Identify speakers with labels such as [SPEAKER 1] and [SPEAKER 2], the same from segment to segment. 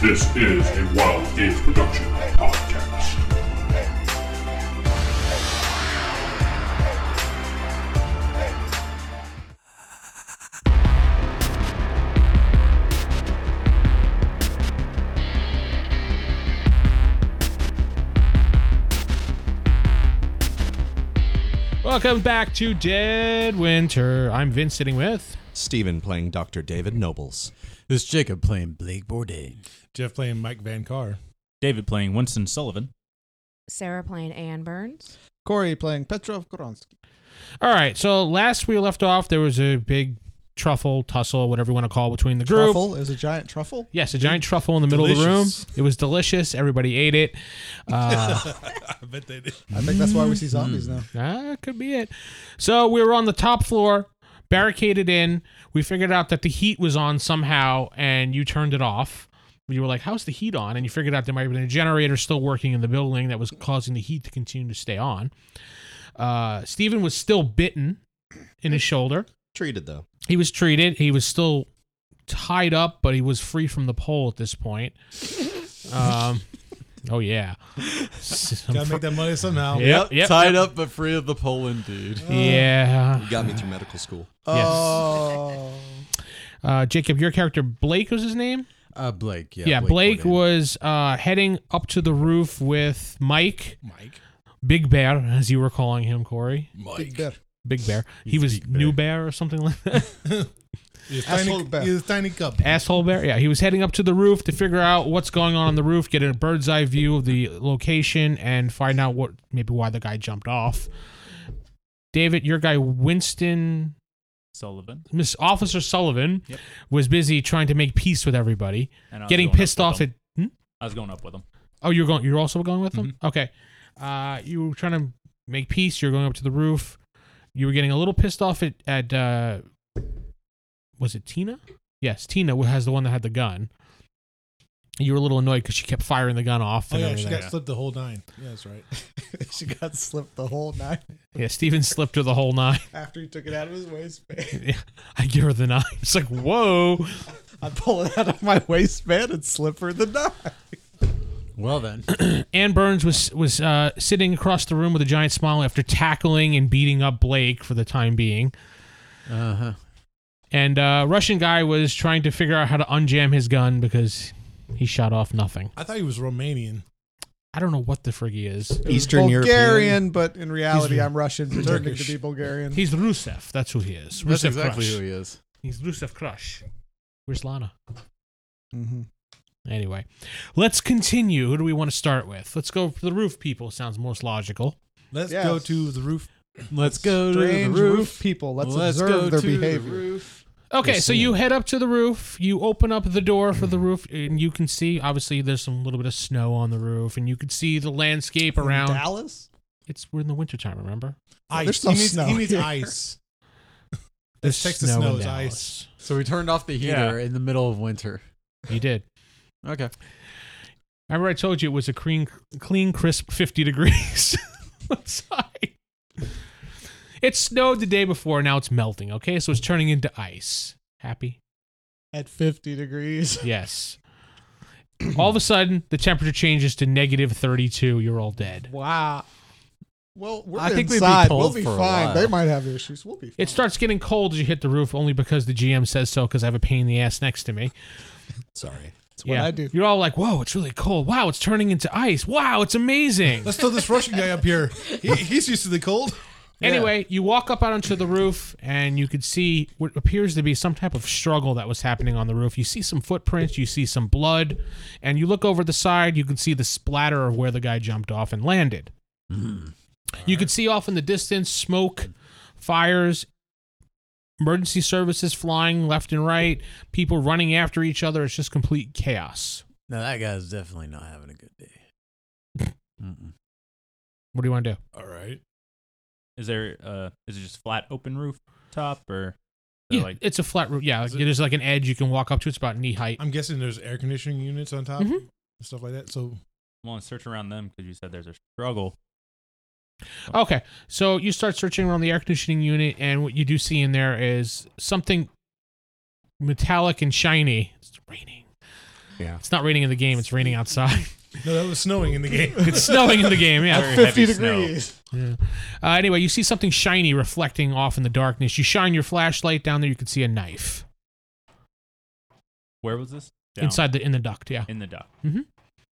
[SPEAKER 1] This is a Wild Age Production podcast.
[SPEAKER 2] Welcome back to Dead Winter. I'm Vince sitting with.
[SPEAKER 3] Steven playing Dr. David Nobles.
[SPEAKER 4] This Jacob playing Blake Bourdain.
[SPEAKER 5] Jeff playing Mike Van Carr.
[SPEAKER 6] David playing Winston Sullivan.
[SPEAKER 7] Sarah playing Anne Burns.
[SPEAKER 4] Corey playing Petrov Goronsky.
[SPEAKER 2] All right, so last we left off, there was a big truffle, tussle, whatever you want to call it, between the group.
[SPEAKER 4] Truffle. It was a giant truffle.
[SPEAKER 2] Yes, a giant truffle in the middle
[SPEAKER 5] Delicious.
[SPEAKER 2] of the room. It was delicious. Everybody ate it. Uh,
[SPEAKER 5] I bet they did.
[SPEAKER 4] I think that's why we see zombies
[SPEAKER 5] Mm.
[SPEAKER 4] now.
[SPEAKER 2] Ah, that could be it. So we were on the top floor, barricaded in. We figured out that the heat was on somehow, and you turned it off. You were like, "How's the heat on?" And you figured out there might have been a generator still working in the building that was causing the heat to continue to stay on. Uh, Stephen was still bitten in his shoulder.
[SPEAKER 3] Treated though.
[SPEAKER 2] He was treated. He was still tied up, but he was free from the pole at this point. Um, oh yeah.
[SPEAKER 5] Gotta make that money somehow.
[SPEAKER 2] Yep, yep,
[SPEAKER 4] Tied up but free of the pole, indeed.
[SPEAKER 2] yeah.
[SPEAKER 3] He got me through medical school.
[SPEAKER 5] Uh,
[SPEAKER 2] Yes.
[SPEAKER 4] Oh.
[SPEAKER 2] Uh, Jacob, your character Blake was his name.
[SPEAKER 4] Uh, Blake. Yeah.
[SPEAKER 2] Yeah, Blake,
[SPEAKER 4] Bourdain.
[SPEAKER 2] was uh, heading up to the roof with Mike,
[SPEAKER 5] Mike.
[SPEAKER 2] Big Bear, as you were calling him, Corey.
[SPEAKER 4] Big bear.
[SPEAKER 2] Big Bear. he was New Bear or something like that.
[SPEAKER 5] He's tiny,
[SPEAKER 4] Asshole bear.
[SPEAKER 5] he's a tiny cub.
[SPEAKER 2] Asshole Bear. Yeah, he was heading up to the roof to figure out what's going on on the roof, get a bird's eye view of the location, and find out what maybe why the guy jumped off. David, your guy Winston,
[SPEAKER 6] Sullivan.
[SPEAKER 2] Miss Officer Sullivan, was busy trying to make peace with everybody,
[SPEAKER 6] And I was
[SPEAKER 2] getting
[SPEAKER 6] going up
[SPEAKER 2] pissed
[SPEAKER 6] with
[SPEAKER 2] off
[SPEAKER 6] him.
[SPEAKER 2] at. Hmm?
[SPEAKER 6] I was going up with him.
[SPEAKER 2] Oh, you're going. You're also going with
[SPEAKER 5] Mm-hmm.
[SPEAKER 2] them. Okay. Uh, you were trying to make peace. You're going up to the roof. You were getting a little pissed off at at uh, was it Tina? Yes, Tina who has the one that had the gun. You were a little annoyed because she kept firing the gun off.
[SPEAKER 5] Oh
[SPEAKER 2] And
[SPEAKER 5] yeah, she
[SPEAKER 2] everything.
[SPEAKER 5] got slipped the whole nine. Yeah, that's right.
[SPEAKER 4] she got slipped the whole night
[SPEAKER 2] yeah, Steven slipped her the whole nine.
[SPEAKER 4] after he took it out of his waistband.
[SPEAKER 2] I give her the nine. It's like whoa.
[SPEAKER 4] I pull it out of my waistband and slip her the knife. Well then,
[SPEAKER 2] Ann Burns was was uh, sitting across the room with a giant smile after tackling and beating up Blake for the time being.
[SPEAKER 4] uh
[SPEAKER 8] Uh-huh.
[SPEAKER 4] huh.
[SPEAKER 2] And uh, Russian guy was trying to figure out how to unjam his gun because he shot off nothing.
[SPEAKER 5] I thought he was Romanian.
[SPEAKER 2] I don't know what the frig he is.
[SPEAKER 3] Eastern
[SPEAKER 4] Bulgarian, but in reality,
[SPEAKER 2] He's-
[SPEAKER 4] I'm Russian, pretending to
[SPEAKER 5] Turkish.
[SPEAKER 4] be Bulgarian.
[SPEAKER 2] He's Rusev. That's who he is. Rusev
[SPEAKER 8] That's exactly
[SPEAKER 2] Crush.
[SPEAKER 8] who he is.
[SPEAKER 2] He's Rusev Crush. Where's Lana?
[SPEAKER 4] Mhm.
[SPEAKER 2] Anyway, let's continue. Who do we want to start with? Let's go for the roof people. Sounds most logical.
[SPEAKER 5] Let's
[SPEAKER 4] Yes.
[SPEAKER 5] go to the roof.
[SPEAKER 8] Let's go
[SPEAKER 4] Strange
[SPEAKER 8] to the
[SPEAKER 4] roof.
[SPEAKER 8] roof.
[SPEAKER 4] people. Let's,
[SPEAKER 8] Let's go
[SPEAKER 4] observe their
[SPEAKER 8] to the
[SPEAKER 4] behavior.
[SPEAKER 8] roof.
[SPEAKER 2] Okay, so you head up to the roof. You open up the door for the roof, and you can see obviously there's some little bit of snow on the roof, and you can see the landscape around.
[SPEAKER 4] Dallas.
[SPEAKER 2] It's we're in the wintertime, remember?
[SPEAKER 5] Ice.
[SPEAKER 4] There's
[SPEAKER 5] he
[SPEAKER 4] no
[SPEAKER 5] needs,
[SPEAKER 4] snow
[SPEAKER 5] he needs
[SPEAKER 4] here.
[SPEAKER 5] ice.
[SPEAKER 2] There's
[SPEAKER 5] Texas
[SPEAKER 2] snow
[SPEAKER 5] snow
[SPEAKER 2] in
[SPEAKER 5] is
[SPEAKER 2] Dallas.
[SPEAKER 8] So we turned off the heater in the middle of winter.
[SPEAKER 2] You did.
[SPEAKER 8] Okay.
[SPEAKER 2] Remember, I told you it was a clean, clean crisp 50 degrees outside. It snowed the day before. Now it's melting. Okay, so it's turning into ice. Happy?
[SPEAKER 4] at 50 degrees.
[SPEAKER 2] Yes. all of a sudden, the temperature changes to negative 32. You're all dead.
[SPEAKER 4] Wow. Well, we're
[SPEAKER 8] I think we'd be
[SPEAKER 4] inside. we'll
[SPEAKER 8] cold
[SPEAKER 4] be
[SPEAKER 8] for a
[SPEAKER 4] fine.
[SPEAKER 8] while.
[SPEAKER 4] They might have issues. We'll be fine.
[SPEAKER 2] It starts getting cold as you hit the roof, only because the GM says so. Because I have a pain in the ass next to me.
[SPEAKER 3] Sorry.
[SPEAKER 2] That's
[SPEAKER 4] what I do.
[SPEAKER 2] You're all like, "Whoa, it's really cold. Wow, it's turning into ice. Wow, it's amazing."
[SPEAKER 5] Let's throw this Russian guy up here. He, he's used to the cold.
[SPEAKER 2] Anyway, you walk up out onto the roof and you could see what appears to be some type of struggle that was happening on the roof. You see some footprints, you see some blood, and you look over the side, you can see the splatter of where the guy jumped off and landed. You could see off in the distance smoke, fires, emergency services flying left and right, people running after each other. It's just complete chaos.
[SPEAKER 4] No, that guy's definitely not having a good day.
[SPEAKER 2] What do you want to do?
[SPEAKER 5] All right.
[SPEAKER 6] Is there uh is it just flat open roof top or is it
[SPEAKER 2] Yeah,
[SPEAKER 6] like
[SPEAKER 2] it's a flat roof. Yeah, there's like an edge you can walk up to. It's about knee height.
[SPEAKER 5] I'm guessing there's air conditioning units on top
[SPEAKER 2] Mhm.
[SPEAKER 5] and stuff like that. So
[SPEAKER 6] I want to search around them because you said there's a struggle.
[SPEAKER 2] Okay, so you start searching around the air conditioning unit, and what you do see in there is something metallic and shiny. It's raining.
[SPEAKER 4] Yeah.
[SPEAKER 2] It's not raining in the game. It's raining outside.
[SPEAKER 5] No, that was snowing in the game.
[SPEAKER 2] it's snowing in the game. Yeah.
[SPEAKER 6] Very heavy snow.
[SPEAKER 2] Uh, anyway, you see something shiny reflecting off in the darkness. You shine your flashlight down there. You can see a knife
[SPEAKER 6] Where was this? Down.
[SPEAKER 2] inside the in the duct. Yeah,
[SPEAKER 6] In the dock.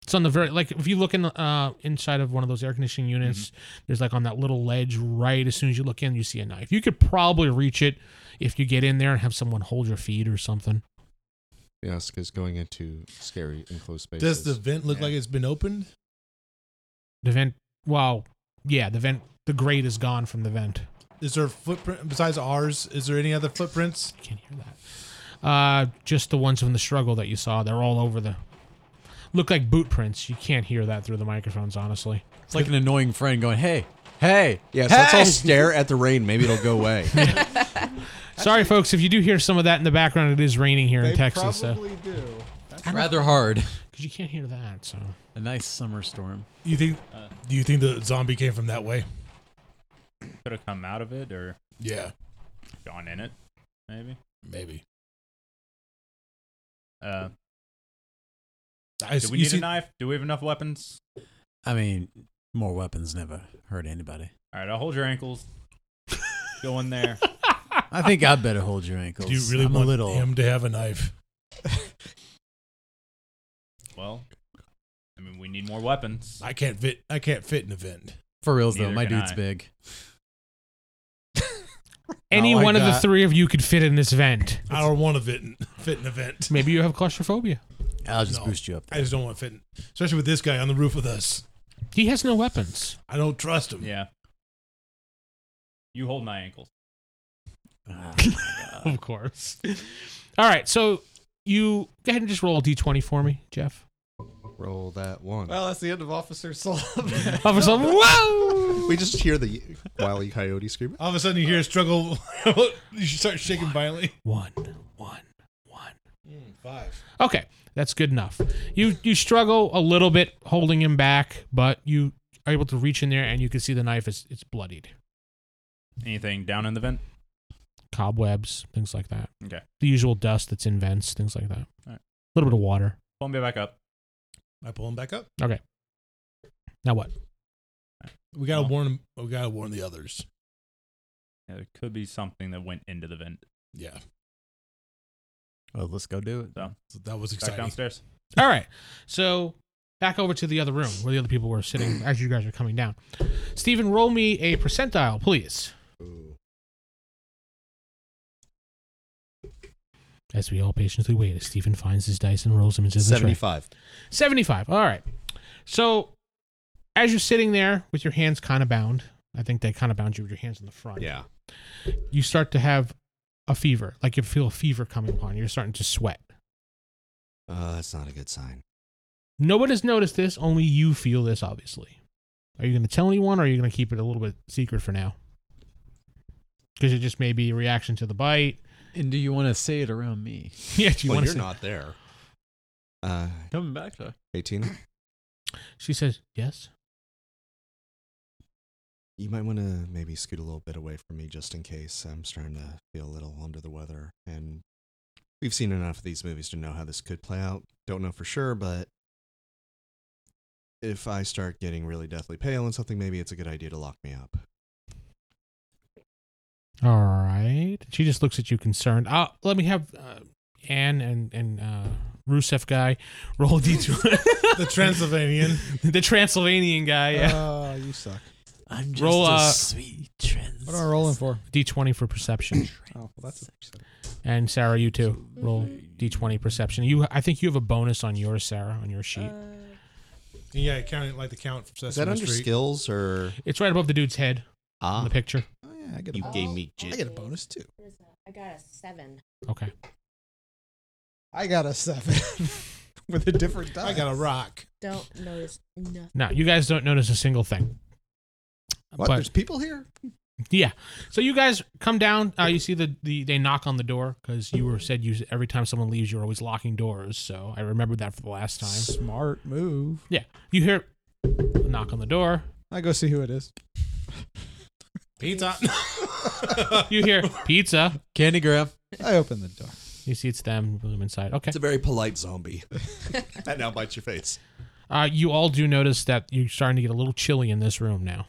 [SPEAKER 2] it's on the very like if you look in the, uh, inside of one of those air conditioning units, there's like on that little ledge right as soon as you look in, you see a knife. You could probably reach it if you get in there and have someone hold your feet or something.
[SPEAKER 3] Yes, because going into scary enclosed spaces.
[SPEAKER 5] Does the vent look like it's been opened?
[SPEAKER 2] The vent. Well, yeah, the vent. The grate is gone from the vent.
[SPEAKER 5] Is there a footprint besides ours? Is there any other footprints?
[SPEAKER 2] Can't hear that. Uh, just the ones from the struggle that you saw. They're all over the. Look like boot prints. You can't hear that through the microphones, honestly.
[SPEAKER 8] It's like an annoying friend going, "Hey, hey,
[SPEAKER 3] Yes,
[SPEAKER 8] hey!
[SPEAKER 3] let's all stare at the rain. Maybe it'll go away.
[SPEAKER 2] Sorry, folks, if you do hear some of that in the background, it is raining here in Texas, so
[SPEAKER 4] probably do.
[SPEAKER 8] rather hard."
[SPEAKER 2] because you can't hear that. So
[SPEAKER 8] A nice summer storm.
[SPEAKER 5] You think? Do you think the zombie came from that way?
[SPEAKER 6] Could have come out of it or
[SPEAKER 5] Yeah,
[SPEAKER 6] gone in it, maybe.
[SPEAKER 5] maybe.
[SPEAKER 6] Uh,
[SPEAKER 5] I,
[SPEAKER 6] do we
[SPEAKER 5] you
[SPEAKER 6] need
[SPEAKER 5] see-
[SPEAKER 6] a knife? Do we have enough weapons?
[SPEAKER 8] I mean, more weapons never hurt anybody.
[SPEAKER 6] All right, I'll hold your ankles. Go in there.
[SPEAKER 8] I think I better hold your ankles.
[SPEAKER 5] Do you really
[SPEAKER 8] I'm
[SPEAKER 5] want
[SPEAKER 8] a little.
[SPEAKER 5] him to have a knife?
[SPEAKER 6] Well, I mean, we need more weapons.
[SPEAKER 5] I can't fit. I can't fit in a vent.
[SPEAKER 8] For reals though,
[SPEAKER 6] Neither
[SPEAKER 8] my
[SPEAKER 6] can
[SPEAKER 8] dude's
[SPEAKER 6] I.
[SPEAKER 8] big.
[SPEAKER 2] any
[SPEAKER 8] like
[SPEAKER 2] one of the
[SPEAKER 8] that.
[SPEAKER 2] three of you could fit in this vent.
[SPEAKER 5] I don't want to fit in, fit in a vent.
[SPEAKER 2] Maybe you have claustrophobia.
[SPEAKER 8] I'll just
[SPEAKER 5] No.
[SPEAKER 8] boost you up.
[SPEAKER 5] I just don't want to fit in, especially with this guy on the roof with us.
[SPEAKER 2] He has no weapons.
[SPEAKER 5] I don't trust him.
[SPEAKER 6] Yeah. You hold my ankles.
[SPEAKER 8] Ah.
[SPEAKER 2] Of course. All right, so you go ahead and just roll a d20 for me, Jeff.
[SPEAKER 3] Roll that one.
[SPEAKER 4] Well, that's the end of Officer Sullivan.
[SPEAKER 2] Oh, for some- whoa!
[SPEAKER 3] we just hear the wily coyote scream.
[SPEAKER 5] All of a sudden, you hear a struggle. you start shaking violently.
[SPEAKER 2] One, one, one.
[SPEAKER 5] Hmm, Five.
[SPEAKER 2] Okay, that's good enough. You you struggle a little bit holding him back, but you are able to reach in there and you can see the knife is it's bloodied.
[SPEAKER 6] Anything down in the vent?
[SPEAKER 2] Cobwebs, things like that.
[SPEAKER 6] Okay.
[SPEAKER 2] The usual dust that's in vents, things like that. A
[SPEAKER 6] Alright.
[SPEAKER 2] little bit of water.
[SPEAKER 6] Pull me back up.
[SPEAKER 5] I pull him back up.
[SPEAKER 2] Now what?
[SPEAKER 5] We gotta
[SPEAKER 6] Oh.
[SPEAKER 5] warn him. We gotta warn the others.
[SPEAKER 6] Yeah, There could be something that went into the vent.
[SPEAKER 5] Yeah,
[SPEAKER 8] Well, let's go do it.
[SPEAKER 6] So
[SPEAKER 5] so that was
[SPEAKER 6] back
[SPEAKER 5] exciting.
[SPEAKER 6] downstairs.
[SPEAKER 2] All right. So back over to the other room where the other people were sitting as you guys are coming down. Steven, roll me a percentile, please. As we all patiently wait, as Stephen finds his dice and rolls them into the tray.
[SPEAKER 3] Seventy-five.
[SPEAKER 2] 75. All right. So as you're sitting there with your hands kind of bound, I think they kind of bound you with your hands in the front.
[SPEAKER 3] Yeah.
[SPEAKER 2] You start to have a fever. Like you feel a fever coming upon you. You're starting to sweat.
[SPEAKER 3] Uh, that's not a good sign.
[SPEAKER 2] No one has noticed this. Only you feel this, obviously. Are you going to tell anyone or are you going to keep it a little bit secret for now? Because it just may be a reaction to the bite.
[SPEAKER 8] And do you want to say it around me?
[SPEAKER 2] Yeah, do you
[SPEAKER 3] well,
[SPEAKER 2] want
[SPEAKER 3] you're
[SPEAKER 2] to say-
[SPEAKER 3] not there. Uh,
[SPEAKER 8] Coming back to.
[SPEAKER 3] eighteen.
[SPEAKER 2] She says, yes.
[SPEAKER 3] You might want to maybe scoot a little bit away from me just in case I'm starting to feel a little under the weather. And we've seen enough of these movies to know how this could play out. Don't know for sure, but if I start getting really deathly pale and something, maybe it's a good idea to lock me up.
[SPEAKER 2] All right. She just looks at you concerned. Uh, let me have uh, Anne and and uh, Rusev guy roll d d2.
[SPEAKER 5] the Transylvanian.
[SPEAKER 2] the Transylvanian guy, yeah.
[SPEAKER 8] Uh.
[SPEAKER 4] Oh, you suck.
[SPEAKER 8] I'm just
[SPEAKER 2] Roll,
[SPEAKER 8] a
[SPEAKER 2] uh,
[SPEAKER 8] sweet trans.
[SPEAKER 4] What am I rolling for?
[SPEAKER 2] d20 for perception.
[SPEAKER 4] Oh, well, that's a,
[SPEAKER 2] And Sarah, you too. Roll d20 perception. You, I think you have a bonus on yours, Sarah, on your
[SPEAKER 7] Uh,
[SPEAKER 2] sheet.
[SPEAKER 5] yeah, count it like the count from Sesame
[SPEAKER 3] Is that under
[SPEAKER 5] Street.
[SPEAKER 3] skills or
[SPEAKER 2] it's right above the dude's head on
[SPEAKER 3] ah?
[SPEAKER 2] the picture.
[SPEAKER 4] oh, yeah, I get a,
[SPEAKER 7] gave me
[SPEAKER 4] I get a bonus too.
[SPEAKER 7] I got a seven.
[SPEAKER 2] Okay.
[SPEAKER 4] I got a seven with a different die.
[SPEAKER 5] I got a rock.
[SPEAKER 7] Don't notice nothing.
[SPEAKER 2] Now you guys don't notice a single thing.
[SPEAKER 4] What? There's people here.
[SPEAKER 2] Yeah. So you guys come down. Uh, you see the, the they knock on the door because you were said you every time someone leaves you're always locking doors. So I remembered that for the last time.
[SPEAKER 4] Smart move.
[SPEAKER 2] Yeah. You hear a knock on the door.
[SPEAKER 4] I go see who it is.
[SPEAKER 5] Pizza.
[SPEAKER 2] You hear pizza.
[SPEAKER 8] Candy grab.
[SPEAKER 4] I open the door.
[SPEAKER 2] You see, it's them. Boom inside. Okay.
[SPEAKER 3] It's a very polite zombie that now bites your face.
[SPEAKER 2] Uh, you all do notice that you're starting to get a little chilly in this room now.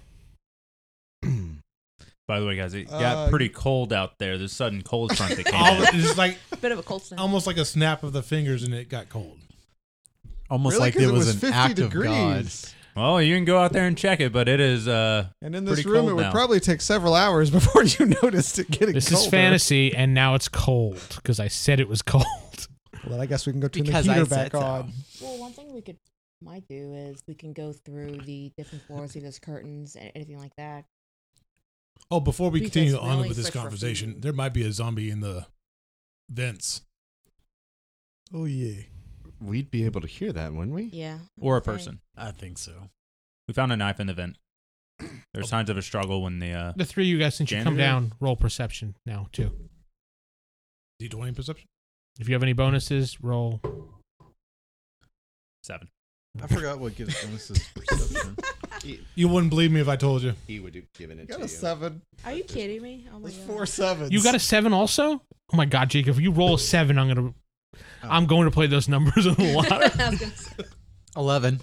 [SPEAKER 6] By the way, guys, it got
[SPEAKER 3] Uh,
[SPEAKER 6] pretty cold out there. There's a sudden cold front that came
[SPEAKER 5] All
[SPEAKER 6] in.
[SPEAKER 5] it's just like
[SPEAKER 7] Bit of a cold snap.
[SPEAKER 5] almost like a snap of the fingers, and it got cold.
[SPEAKER 8] Almost
[SPEAKER 3] Really?
[SPEAKER 8] like
[SPEAKER 3] 'Cause
[SPEAKER 8] it
[SPEAKER 3] it
[SPEAKER 8] was,
[SPEAKER 3] was
[SPEAKER 8] an
[SPEAKER 3] 50
[SPEAKER 8] act of God.
[SPEAKER 3] degrees.
[SPEAKER 6] Well, you can go out there and check it, but it is uh
[SPEAKER 3] And in this
[SPEAKER 6] Pretty
[SPEAKER 3] room,
[SPEAKER 6] cold
[SPEAKER 3] it would
[SPEAKER 6] now.
[SPEAKER 3] probably take several hours before you noticed it getting
[SPEAKER 2] This
[SPEAKER 3] colder.
[SPEAKER 2] is fantasy, and now it's cold because I said it was cold.
[SPEAKER 4] Well, I guess we can go turn
[SPEAKER 8] Because
[SPEAKER 4] the
[SPEAKER 8] I
[SPEAKER 4] heater back
[SPEAKER 8] said so.
[SPEAKER 4] on.
[SPEAKER 7] Well, one thing we could might do is we can go through the different floors, see those curtains, and anything like that.
[SPEAKER 5] Oh, before we
[SPEAKER 7] Because
[SPEAKER 5] continue
[SPEAKER 7] we're
[SPEAKER 5] on
[SPEAKER 7] only
[SPEAKER 5] with this
[SPEAKER 7] fresh for
[SPEAKER 5] conversation,
[SPEAKER 7] food.
[SPEAKER 5] there might be a zombie in the vents.
[SPEAKER 4] Oh yeah.
[SPEAKER 3] We'd be able to hear that, wouldn't we?
[SPEAKER 7] Yeah.
[SPEAKER 6] or a
[SPEAKER 7] Okay.
[SPEAKER 6] person.
[SPEAKER 8] I think so.
[SPEAKER 6] We found a knife in the vent. There's signs of a struggle when the uh
[SPEAKER 2] The three of you guys, since you come
[SPEAKER 6] Janitor?
[SPEAKER 2] down, roll perception now too.
[SPEAKER 5] D20 perception?
[SPEAKER 2] If you have any bonuses, roll.
[SPEAKER 6] seven.
[SPEAKER 9] I forgot what gives bonuses for perception.
[SPEAKER 5] You wouldn't believe me if I told you.
[SPEAKER 9] he would have given it
[SPEAKER 3] Got a seven.
[SPEAKER 7] Are you kidding me? Oh my
[SPEAKER 3] There's
[SPEAKER 7] god.
[SPEAKER 3] four sevens.
[SPEAKER 2] You got a seven also? Oh my god, Jacob! If you roll a seven, I'm gonna, I'm going to play those numbers in the water.
[SPEAKER 7] I was gonna say,
[SPEAKER 8] 11.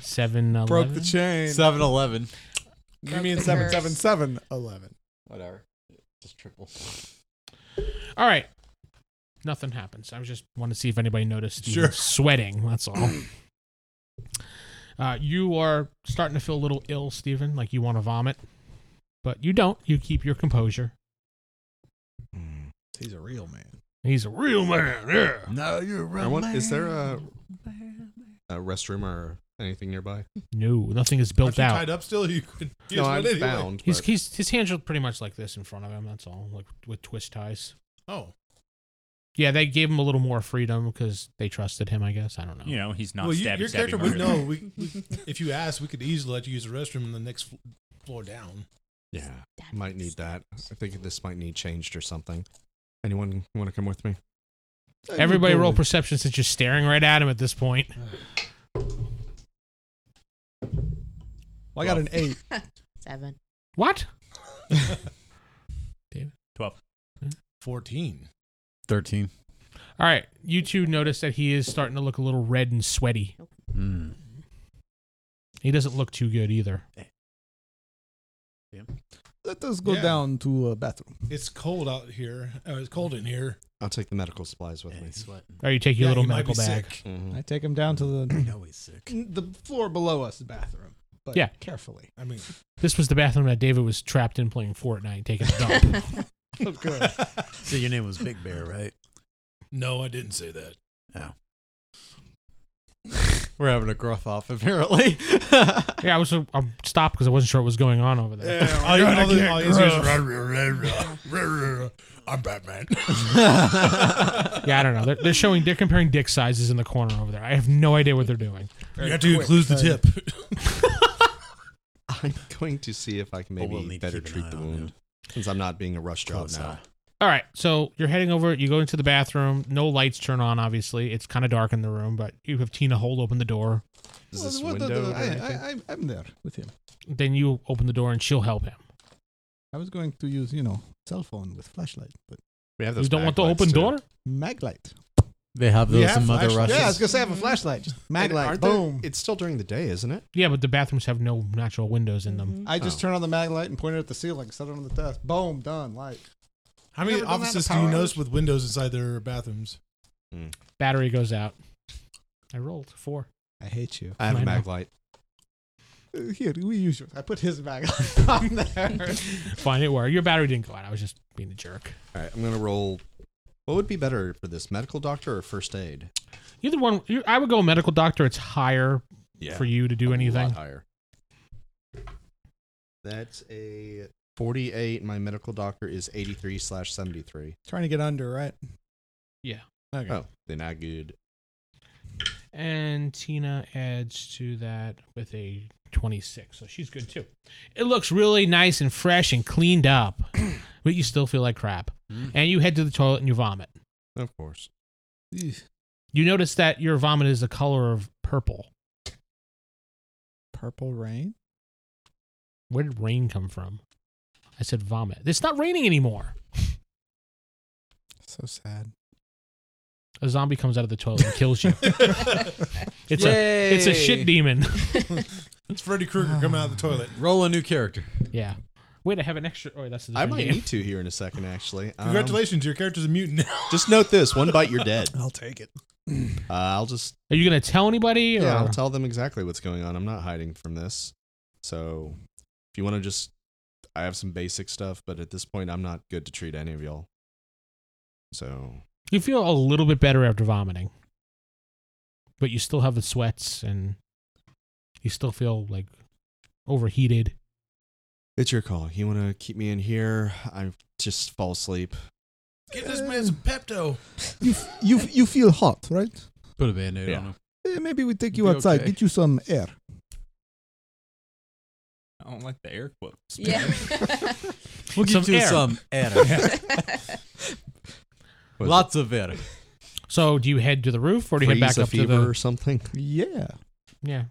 [SPEAKER 2] seven.
[SPEAKER 4] Broke
[SPEAKER 2] 11?
[SPEAKER 4] the chain.
[SPEAKER 8] 7 11.
[SPEAKER 4] you mean
[SPEAKER 7] Broke the
[SPEAKER 4] seven,
[SPEAKER 7] curse.
[SPEAKER 4] seven, seven, eleven.
[SPEAKER 9] Whatever. Just triple.
[SPEAKER 2] All right. Nothing happens. I was just want to see if anybody noticed you
[SPEAKER 5] Sure.
[SPEAKER 2] sweating. That's all. uh, you are starting to feel a little ill, Stephen, like you want to vomit, but you don't. You keep your composure.
[SPEAKER 3] Mm.
[SPEAKER 9] He's a real man.
[SPEAKER 2] He's a real man. Yeah.
[SPEAKER 8] No, you're
[SPEAKER 3] I
[SPEAKER 8] right.
[SPEAKER 3] want, is there a, a restroom or anything nearby?
[SPEAKER 2] No, nothing is built
[SPEAKER 5] Aren't you
[SPEAKER 2] out.
[SPEAKER 5] tied up still? You could
[SPEAKER 3] No, I'm
[SPEAKER 5] anyway.
[SPEAKER 3] bound.
[SPEAKER 2] He's,
[SPEAKER 3] but-
[SPEAKER 2] he's, his hands are pretty much like this in front of him. That's all, like with twist ties.
[SPEAKER 5] Oh.
[SPEAKER 2] Yeah, they gave him a little more freedom because they trusted him. I guess I don't know.
[SPEAKER 6] You know, he's not
[SPEAKER 5] well, you-
[SPEAKER 6] stabby,
[SPEAKER 5] your
[SPEAKER 6] stabby
[SPEAKER 5] character would
[SPEAKER 6] murder.
[SPEAKER 5] know. We, we, if you asked, we could easily let you use the restroom in the next fl- floor down.
[SPEAKER 3] yeah,
[SPEAKER 7] that
[SPEAKER 3] might
[SPEAKER 7] is-
[SPEAKER 3] need that. I think this might need changed or something. Anyone want to come with me?
[SPEAKER 2] Everybody roll perception since you're staring right at him at this point.
[SPEAKER 4] Well, I got an eight.
[SPEAKER 7] Seven.
[SPEAKER 2] What?
[SPEAKER 5] 14.
[SPEAKER 8] 13.
[SPEAKER 2] All right, you two notice that he is starting to look a little red and sweaty.
[SPEAKER 7] Hmm.
[SPEAKER 8] Mm.
[SPEAKER 2] He doesn't look too good either.
[SPEAKER 4] Let us go
[SPEAKER 5] Yeah.
[SPEAKER 4] down to a bathroom.
[SPEAKER 5] It's cold out here. Oh, it's cold in here.
[SPEAKER 3] I'll take the medical supplies with
[SPEAKER 8] Yeah,
[SPEAKER 3] me.
[SPEAKER 8] he's sweating.
[SPEAKER 2] Or you take your
[SPEAKER 5] Yeah,
[SPEAKER 2] little
[SPEAKER 5] you might
[SPEAKER 2] medical
[SPEAKER 5] be
[SPEAKER 2] bag.
[SPEAKER 5] sick.
[SPEAKER 3] Mhm.
[SPEAKER 4] I take him down to
[SPEAKER 8] I
[SPEAKER 4] the
[SPEAKER 8] know he's sick.
[SPEAKER 4] the floor below us bathroom. But
[SPEAKER 2] Yeah.
[SPEAKER 4] carefully.
[SPEAKER 5] I mean,
[SPEAKER 2] This was the bathroom that David was trapped in playing Fortnite, taking a dump.
[SPEAKER 4] Oh, good.
[SPEAKER 8] So your name was Big Bear, right?
[SPEAKER 5] no, I didn't say that.
[SPEAKER 8] We're having a gruff off, apparently.
[SPEAKER 2] yeah, I was I stopped because I wasn't sure what was going on over there.
[SPEAKER 5] All you- all the- all you see is rah, rah, rah, rah, rah, rah. I'm Batman.
[SPEAKER 2] Yeah, I don't know. They're, they're showing they're comparing dick sizes in the corner over there. I have no idea what they're doing.
[SPEAKER 5] You have to include the tip.
[SPEAKER 3] I'm going to see if I can maybe
[SPEAKER 8] we'll need to
[SPEAKER 3] better
[SPEAKER 8] keep an
[SPEAKER 3] treat
[SPEAKER 8] eye
[SPEAKER 3] the
[SPEAKER 8] on him.
[SPEAKER 3] wound since I'm not being a rush job
[SPEAKER 8] Close
[SPEAKER 3] now.
[SPEAKER 8] eye.
[SPEAKER 2] All right, so you're heading over. You go into the bathroom. No lights turn on. Obviously, it's kind of dark in the room, but you have Tina hold open the door.
[SPEAKER 3] Is
[SPEAKER 4] Well,
[SPEAKER 3] this
[SPEAKER 4] what the-
[SPEAKER 3] window?
[SPEAKER 4] the-
[SPEAKER 3] or anything?
[SPEAKER 4] I, I, I'm- I'm there with him.
[SPEAKER 2] Then you open the door and she'll help him.
[SPEAKER 4] I was going to use, you know, cell phone with flashlight, but
[SPEAKER 3] we have
[SPEAKER 2] you don't want the
[SPEAKER 3] backlights,
[SPEAKER 2] open
[SPEAKER 3] too.
[SPEAKER 2] door.
[SPEAKER 4] mag light.
[SPEAKER 8] They have those
[SPEAKER 5] Yeah,
[SPEAKER 8] in Mother
[SPEAKER 5] flashlight.
[SPEAKER 8] Russia.
[SPEAKER 4] Yeah, I was gonna say I have a flashlight. Just mag
[SPEAKER 3] And
[SPEAKER 4] light.
[SPEAKER 3] aren't there-
[SPEAKER 4] Boom.
[SPEAKER 3] It's still during the day, isn't it?
[SPEAKER 2] Yeah, but the bathrooms have no natural windows in
[SPEAKER 7] Mm-hmm.
[SPEAKER 2] them.
[SPEAKER 4] I just
[SPEAKER 3] Oh.
[SPEAKER 4] turn on the mag light and point it at the ceiling, set it on the desk. Boom, done. Light.
[SPEAKER 5] How many
[SPEAKER 4] Never done that
[SPEAKER 5] offices
[SPEAKER 4] to
[SPEAKER 5] do you
[SPEAKER 4] Power
[SPEAKER 5] notice
[SPEAKER 4] Rangers.
[SPEAKER 5] with windows inside their bathrooms?
[SPEAKER 2] Battery goes out. I rolled four.
[SPEAKER 4] I hate you.
[SPEAKER 3] I have a
[SPEAKER 2] Mine
[SPEAKER 3] mag light.
[SPEAKER 4] Uh, Here, we use yours. I put his mag light on there.
[SPEAKER 2] Fine, it worked. Your battery didn't go out. I was just being a jerk.
[SPEAKER 3] All right, I'm gonna roll. What would be better for this, medical doctor or first aid?
[SPEAKER 2] Either one. You, I would go medical doctor. It's higher for you to do
[SPEAKER 3] A lot
[SPEAKER 2] anything.
[SPEAKER 3] higher. That's a 48. My medical doctor is 83 slash 73.
[SPEAKER 4] Trying to get under, right?
[SPEAKER 2] Yeah.
[SPEAKER 4] Okay.
[SPEAKER 3] Oh, then I good.
[SPEAKER 2] And Tina adds to that with a 26. So she's good too. It looks really nice and fresh and cleaned up, but you still feel like crap.
[SPEAKER 3] Mm.
[SPEAKER 2] And you head to the toilet and you vomit.
[SPEAKER 3] Of course.
[SPEAKER 2] You notice that your vomit is the color of purple.
[SPEAKER 4] Purple rain.
[SPEAKER 2] Where did rain come from? I said vomit. It's not raining anymore.
[SPEAKER 4] So sad.
[SPEAKER 2] A zombie comes out of the toilet and kills you. it's a it's a shit demon.
[SPEAKER 5] It's Freddy Krueger coming out of the
[SPEAKER 2] Oh.
[SPEAKER 5] toilet.
[SPEAKER 4] Roll a new character.
[SPEAKER 2] yeah. Wait, I have an extra. Oh, that's a
[SPEAKER 3] I
[SPEAKER 2] different
[SPEAKER 3] might
[SPEAKER 2] game.
[SPEAKER 3] need to here in a second, actually. Um,
[SPEAKER 5] Congratulations, your character's a mutant now.
[SPEAKER 3] Just note this: one bite, you're dead.
[SPEAKER 4] I'll take it.
[SPEAKER 3] Uh, I'll just
[SPEAKER 2] Are you gonna tell anybody?
[SPEAKER 3] yeah,
[SPEAKER 2] or-
[SPEAKER 3] I'll tell them exactly what's going on. I'm not hiding from this. So, if you want to just, I have some basic stuff, but at this point, I'm not good to treat any of y'all. So
[SPEAKER 2] You feel a little bit better after vomiting, but you still have the sweats and you still feel like overheated.
[SPEAKER 3] it's your call. You want to keep me in here? I just fall asleep.
[SPEAKER 5] Get this man some Pepto.
[SPEAKER 10] You f- you f- you feel hot, right?
[SPEAKER 8] Put a band-aid
[SPEAKER 3] Yeah.
[SPEAKER 8] on him.
[SPEAKER 10] Eh, Maybe we take you
[SPEAKER 8] Be
[SPEAKER 10] outside,
[SPEAKER 8] okay.
[SPEAKER 10] get you some air.
[SPEAKER 6] I don't like the air quotes.
[SPEAKER 7] Yeah.
[SPEAKER 8] We'll
[SPEAKER 2] Some
[SPEAKER 8] give you
[SPEAKER 2] air.
[SPEAKER 8] some air.
[SPEAKER 3] Was
[SPEAKER 8] Lots of air.
[SPEAKER 2] So, do you head to the roof or do you head
[SPEAKER 3] Freeze
[SPEAKER 2] back
[SPEAKER 3] a
[SPEAKER 2] up
[SPEAKER 3] fever
[SPEAKER 2] to
[SPEAKER 3] or something?
[SPEAKER 10] Yeah.
[SPEAKER 2] the? Yeah,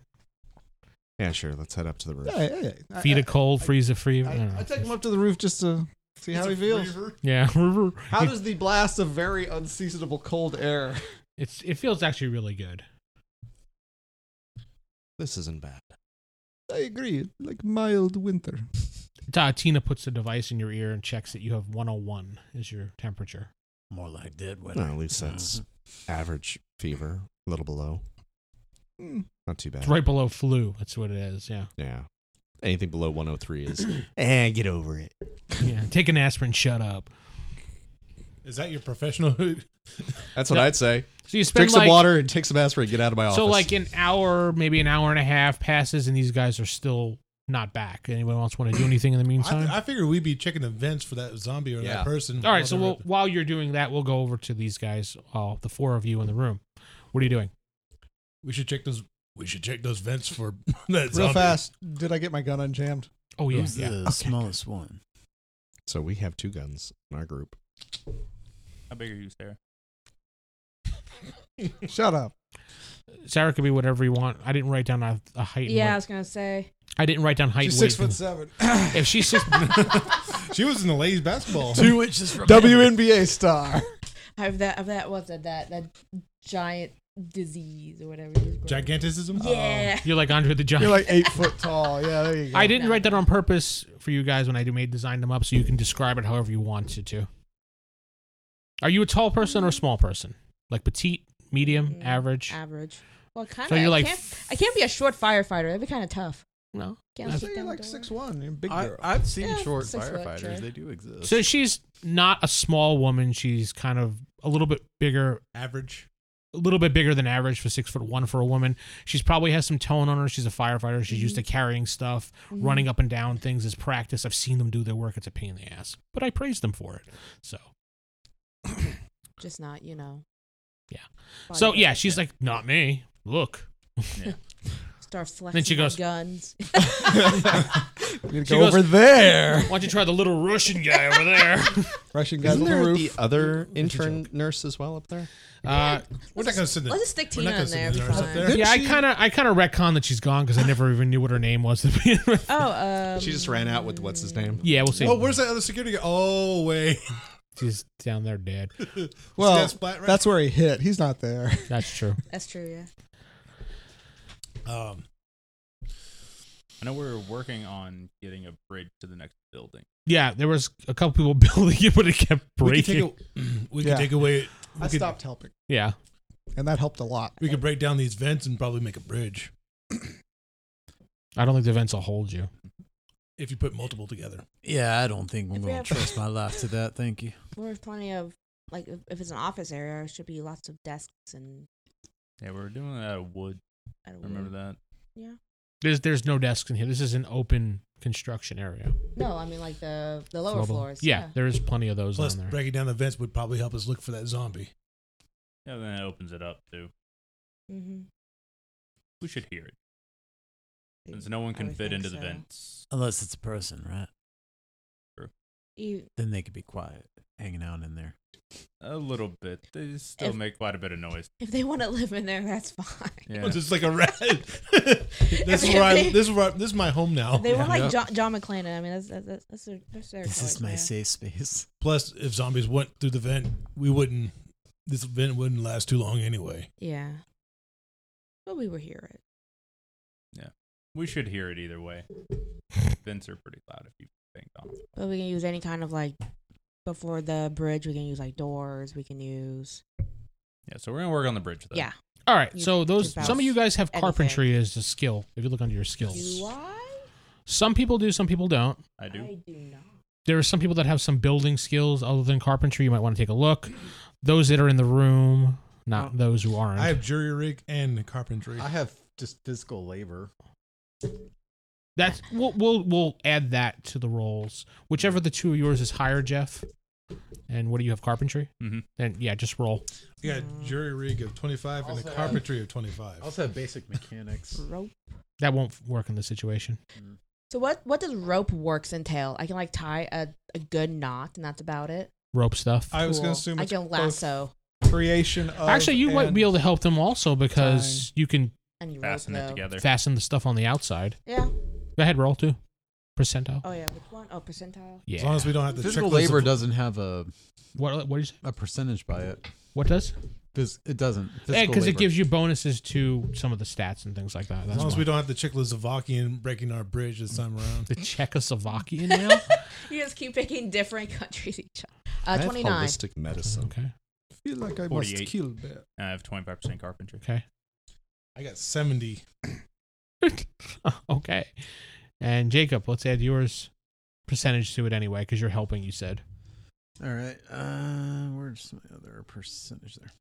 [SPEAKER 3] Yeah, sure. Let's head up to the roof.
[SPEAKER 10] yeah, yeah, yeah.
[SPEAKER 2] feed
[SPEAKER 10] I,
[SPEAKER 2] a cold, freeze a fever.
[SPEAKER 10] I,
[SPEAKER 2] I don't know.
[SPEAKER 10] I take him up to the roof just to see how he feels.
[SPEAKER 2] Yeah,
[SPEAKER 10] How does the blast of very unseasonable cold air?
[SPEAKER 2] it's it feels actually really good.
[SPEAKER 3] This isn't bad.
[SPEAKER 10] I agree, like mild winter.
[SPEAKER 2] Ta- Tina puts the device in your ear and checks that you have 101 is your temperature.
[SPEAKER 8] More like dead weather.
[SPEAKER 3] No, at least that's average fever, a little below.
[SPEAKER 10] Mm.
[SPEAKER 3] Not too bad.
[SPEAKER 2] It's right below flu. That's what it is. Yeah,
[SPEAKER 3] Yeah. Anything below 103 is, eh, get over it.
[SPEAKER 2] yeah. Take an aspirin. Shut up.
[SPEAKER 5] Is that your professional hoot?
[SPEAKER 3] That's what
[SPEAKER 2] Yeah.
[SPEAKER 3] I'd say.
[SPEAKER 2] So you spend
[SPEAKER 3] Drink some
[SPEAKER 2] like
[SPEAKER 3] water and take some aspirin. Get out of my office.
[SPEAKER 2] so like an hour, maybe an hour and a half passes, and these guys are still not back. Anyone else want to do anything in the
[SPEAKER 5] I,
[SPEAKER 2] meantime?
[SPEAKER 5] I figure we'd be checking events for that zombie or
[SPEAKER 3] Yeah.
[SPEAKER 5] that person.
[SPEAKER 2] All right. So
[SPEAKER 5] Whatever.
[SPEAKER 2] we'll, while you're doing that, we'll go over to these guys, uh, the four of you in the room. What are you doing?
[SPEAKER 5] we should check those. We should check those vents for that
[SPEAKER 10] Real
[SPEAKER 5] zombie.
[SPEAKER 10] fast, did I get my gun unjammed?
[SPEAKER 2] Oh yeah,
[SPEAKER 8] Who's
[SPEAKER 2] yeah.
[SPEAKER 8] the smallest one?
[SPEAKER 3] so we have two guns in our group.
[SPEAKER 6] How big are you, Sarah?
[SPEAKER 10] Shut up.
[SPEAKER 2] Sarah could be whatever you want. I didn't write down a, a height. and
[SPEAKER 7] yeah, I
[SPEAKER 2] weight.
[SPEAKER 7] was gonna say.
[SPEAKER 2] I didn't write down height.
[SPEAKER 10] She's
[SPEAKER 2] and
[SPEAKER 10] six
[SPEAKER 2] weight.
[SPEAKER 10] foot seven.
[SPEAKER 2] If she's six,
[SPEAKER 5] She was in the ladies basketball.
[SPEAKER 8] Two inches from
[SPEAKER 10] WNBA star.
[SPEAKER 7] I've that. I've that. What's that? That that giant disease or whatever. it was called.
[SPEAKER 5] Gigantism.
[SPEAKER 7] Yeah.
[SPEAKER 2] you're like Andre the Giant.
[SPEAKER 10] You're like eight foot tall. Yeah, there you go.
[SPEAKER 2] I didn't
[SPEAKER 7] No.
[SPEAKER 2] write that on purpose for you guys when I do made design them up, so you can describe it however you wanted to. Are you a tall person or a small person? Like petite, medium,
[SPEAKER 7] Mm,
[SPEAKER 2] average?
[SPEAKER 7] Average. Well, kind
[SPEAKER 2] Oh. so
[SPEAKER 7] of.
[SPEAKER 2] you're
[SPEAKER 7] I
[SPEAKER 2] like
[SPEAKER 7] can't, I can't be a short firefighter. That'd be kind of tough.
[SPEAKER 2] no.
[SPEAKER 7] Can't
[SPEAKER 10] I
[SPEAKER 7] kick
[SPEAKER 10] say you're
[SPEAKER 7] down the
[SPEAKER 10] like
[SPEAKER 7] door.
[SPEAKER 10] six one. You're a big
[SPEAKER 9] I,
[SPEAKER 10] girl.
[SPEAKER 9] I've seen
[SPEAKER 7] Yeah,
[SPEAKER 9] short
[SPEAKER 7] six foot,
[SPEAKER 9] firefighters.
[SPEAKER 7] sure.
[SPEAKER 9] They do exist.
[SPEAKER 2] So she's not a small woman. She's kind of a little bit bigger,
[SPEAKER 5] Average.
[SPEAKER 2] a little bit bigger than average for six foot one for a woman. She's probably has some tone on her. She's a firefighter. She's used to
[SPEAKER 7] Mm-hmm.
[SPEAKER 2] carrying stuff, running up and down things as practice. I've seen them do their work. It's a pain in the ass, but I praise them for it. So.
[SPEAKER 7] Mm, Just not, you know.
[SPEAKER 2] Yeah. So
[SPEAKER 7] bodybuilding.
[SPEAKER 2] yeah, she's like, not me. Look,
[SPEAKER 7] Start flexing.
[SPEAKER 2] Then she
[SPEAKER 7] her
[SPEAKER 2] goes-
[SPEAKER 7] guns.
[SPEAKER 10] We're gonna
[SPEAKER 2] she
[SPEAKER 10] go
[SPEAKER 2] goes-
[SPEAKER 10] over there.
[SPEAKER 2] Why don't you try the little Russian guy over there?
[SPEAKER 10] Russian guys
[SPEAKER 3] Isn't
[SPEAKER 10] on the
[SPEAKER 3] there
[SPEAKER 10] roof.
[SPEAKER 3] the other intern nurse as well up there?
[SPEAKER 2] Uh,
[SPEAKER 5] We're not gonna send the.
[SPEAKER 7] Let's just stick
[SPEAKER 5] we're
[SPEAKER 7] Tina
[SPEAKER 5] not gonna
[SPEAKER 7] in there.
[SPEAKER 5] send
[SPEAKER 7] it'd
[SPEAKER 5] the
[SPEAKER 7] be
[SPEAKER 5] nurse up
[SPEAKER 7] fine.
[SPEAKER 5] there.
[SPEAKER 10] Didn't
[SPEAKER 2] yeah, I
[SPEAKER 10] she-
[SPEAKER 2] kind of, I kind of retcon that she's gone because I never even knew what her name was. To begin with.
[SPEAKER 7] Oh, um,
[SPEAKER 3] She just ran out with what's his name?
[SPEAKER 2] Yeah, we'll see.
[SPEAKER 5] Oh, where's that other security guy? Oh wait,
[SPEAKER 2] she's down there dead.
[SPEAKER 10] Well,
[SPEAKER 5] that splat right
[SPEAKER 10] that's where he hit. He's not there.
[SPEAKER 2] That's true.
[SPEAKER 7] That's true. Yeah.
[SPEAKER 5] um,
[SPEAKER 6] I know we're working on getting a bridge to the next building.
[SPEAKER 2] Yeah, there was a couple people building it, but it kept
[SPEAKER 5] we could
[SPEAKER 2] breaking.
[SPEAKER 5] take a, we could
[SPEAKER 10] Yeah.
[SPEAKER 5] take away. We
[SPEAKER 10] I
[SPEAKER 5] could,
[SPEAKER 10] stopped helping,
[SPEAKER 2] yeah,
[SPEAKER 10] and that helped a lot.
[SPEAKER 5] We could break down these vents and probably make a bridge
[SPEAKER 2] I don't think the vents will hold you.
[SPEAKER 5] if you put multiple together.
[SPEAKER 8] Yeah, I don't think I'm
[SPEAKER 7] If we
[SPEAKER 8] going to
[SPEAKER 7] have-
[SPEAKER 8] trust my life to that. Thank you.
[SPEAKER 7] There's plenty of like if, if it's an office area, there should be lots of desks and.
[SPEAKER 6] Yeah, we we're doing that out of wood.
[SPEAKER 7] I don't
[SPEAKER 6] I remember that.
[SPEAKER 2] There's, there's no desks in here. This is an open construction area.
[SPEAKER 7] No, I mean like the the lower
[SPEAKER 2] Level.
[SPEAKER 7] floors.
[SPEAKER 2] Yeah, there is plenty of those
[SPEAKER 5] Plus,
[SPEAKER 2] on there.
[SPEAKER 5] breaking down the vents would probably help us look for that zombie.
[SPEAKER 6] Yeah, then it opens it up too.
[SPEAKER 8] Mm-hmm.
[SPEAKER 7] hmm
[SPEAKER 6] We should hear it since no one
[SPEAKER 7] I
[SPEAKER 6] can
[SPEAKER 7] would
[SPEAKER 6] fit
[SPEAKER 7] think
[SPEAKER 6] into the
[SPEAKER 7] so.
[SPEAKER 6] vents.
[SPEAKER 8] Unless it's a person, right?
[SPEAKER 7] You,
[SPEAKER 8] Then they could be quiet, hanging out in there.
[SPEAKER 6] A little bit. They still
[SPEAKER 7] If-
[SPEAKER 6] make quite a bit of noise.
[SPEAKER 7] if they want to live in there, that's fine.
[SPEAKER 6] Yeah.
[SPEAKER 5] It's just like a rat. this is where I. This is where I, This is my home now.
[SPEAKER 7] They were like
[SPEAKER 8] Oh, Yeah.
[SPEAKER 7] John, John McClane. I mean, that's that's that's their, that's their
[SPEAKER 8] This is
[SPEAKER 7] choice,
[SPEAKER 8] my
[SPEAKER 7] yeah.
[SPEAKER 8] safe space.
[SPEAKER 5] Plus, if zombies went through the vent, we wouldn't. This vent wouldn't last too long anyway.
[SPEAKER 7] Yeah, but we were here. It.
[SPEAKER 6] We should hear it either way. Vents are pretty loud if you think on. them.
[SPEAKER 7] But we can use any kind of like before the bridge. We can use like doors. We can use
[SPEAKER 6] Yeah, so we're gonna work on the bridge though.
[SPEAKER 7] yeah.
[SPEAKER 2] All right,
[SPEAKER 7] You
[SPEAKER 2] so those
[SPEAKER 7] just
[SPEAKER 2] some of you guys have
[SPEAKER 7] anything.
[SPEAKER 2] carpentry as a skill. If you look under your skills,
[SPEAKER 7] Do I?
[SPEAKER 2] some people do, some people don't.
[SPEAKER 6] I do.
[SPEAKER 7] I do not.
[SPEAKER 2] There are some people that have some building skills other than carpentry. You might want to take a look. Those that are in the room, not those who aren't.
[SPEAKER 5] Oh. I have jury rig and carpentry.
[SPEAKER 9] I have just physical labor.
[SPEAKER 2] That's we'll, we'll we'll add that to the rolls. Whichever the two of yours is higher, Jeff. And what do you have? Carpentry.
[SPEAKER 6] Mhm.
[SPEAKER 2] Then yeah, just roll.
[SPEAKER 5] I got jury rig of twenty five and a
[SPEAKER 9] Also, um,
[SPEAKER 5] carpentry of twenty five.
[SPEAKER 9] I also have basic mechanics.
[SPEAKER 7] Rope.
[SPEAKER 2] That won't work in this situation.
[SPEAKER 7] So what what does rope works entail? I can like tie a, a good knot, and that's about it.
[SPEAKER 2] Rope stuff.
[SPEAKER 10] I was
[SPEAKER 7] Cool.
[SPEAKER 10] going to assume
[SPEAKER 7] I
[SPEAKER 10] it's
[SPEAKER 7] can
[SPEAKER 10] both
[SPEAKER 7] lasso
[SPEAKER 10] creation of.
[SPEAKER 2] Actually, you might
[SPEAKER 10] and-
[SPEAKER 2] be able to help them also because you can
[SPEAKER 7] and you
[SPEAKER 6] Fasten
[SPEAKER 7] rope
[SPEAKER 6] it
[SPEAKER 7] though.
[SPEAKER 6] together.
[SPEAKER 2] fasten the stuff on the outside.
[SPEAKER 7] Yeah.
[SPEAKER 2] Go ahead, roll too. Percentile.
[SPEAKER 7] Oh yeah. Which one? Oh percentile.
[SPEAKER 2] yeah.
[SPEAKER 5] Uh, As long as we don't have the
[SPEAKER 9] Physical
[SPEAKER 5] checklist
[SPEAKER 9] labor
[SPEAKER 5] of-
[SPEAKER 9] doesn't have a,
[SPEAKER 2] what what is
[SPEAKER 9] a percentage by it.
[SPEAKER 2] what does?
[SPEAKER 9] Phys- It doesn't. Physical
[SPEAKER 2] Because it
[SPEAKER 9] labor.
[SPEAKER 2] gives you bonuses to some of the stats and things like that.
[SPEAKER 5] As
[SPEAKER 2] That's
[SPEAKER 5] long as
[SPEAKER 2] why.
[SPEAKER 5] we don't have the Czechoslovakian breaking our bridge this time around.
[SPEAKER 2] the Czechoslovakian now.
[SPEAKER 7] You just keep picking different countries each other. Uh,
[SPEAKER 3] I have
[SPEAKER 7] twenty nine.
[SPEAKER 3] holistic medicine.
[SPEAKER 2] okay.
[SPEAKER 10] I feel like I must
[SPEAKER 6] 48.
[SPEAKER 10] kill bear.
[SPEAKER 6] I have twenty five percent carpentry.
[SPEAKER 2] Okay.
[SPEAKER 5] I got seventy.
[SPEAKER 2] okay. And Jacob, let's add yours percentage to it anyway, because you're helping. You said
[SPEAKER 9] All right. Uh, where's my other percentage there?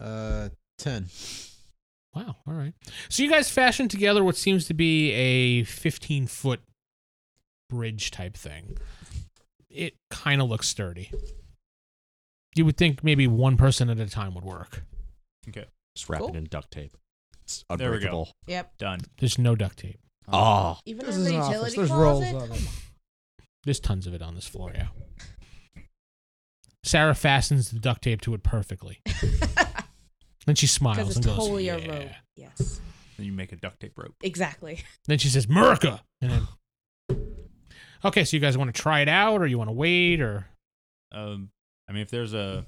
[SPEAKER 9] Uh, ten.
[SPEAKER 2] Wow. All right. So you guys fashioned together what seems to be a 15 foot bridge type thing. It kind of looks sturdy. You would think maybe one person at a time would work.
[SPEAKER 3] Just wrap
[SPEAKER 7] Cool.
[SPEAKER 3] it in duct tape. It's
[SPEAKER 6] There we go.
[SPEAKER 3] unbreakable.
[SPEAKER 7] Yep.
[SPEAKER 6] Done.
[SPEAKER 2] There's no duct tape.
[SPEAKER 3] Ah,
[SPEAKER 7] Even
[SPEAKER 10] This
[SPEAKER 7] in
[SPEAKER 10] is
[SPEAKER 7] the
[SPEAKER 10] an
[SPEAKER 7] utility
[SPEAKER 10] office. There's rolls
[SPEAKER 7] closet.
[SPEAKER 10] on it.
[SPEAKER 7] Come
[SPEAKER 2] There's tons of it on this floor, yeah. Sarah fastens the duct tape to it perfectly.
[SPEAKER 7] on.
[SPEAKER 2] Then she smiles
[SPEAKER 7] Because
[SPEAKER 2] and
[SPEAKER 7] it's
[SPEAKER 2] goes,
[SPEAKER 7] totally
[SPEAKER 2] yeah.
[SPEAKER 7] a rope. Yes.
[SPEAKER 6] Then you make a duct tape rope.
[SPEAKER 7] Exactly.
[SPEAKER 2] Then she says, "Murica." And then, okay, so you guys want to try it out, or you want to wait, or
[SPEAKER 6] Um, I mean, if there's a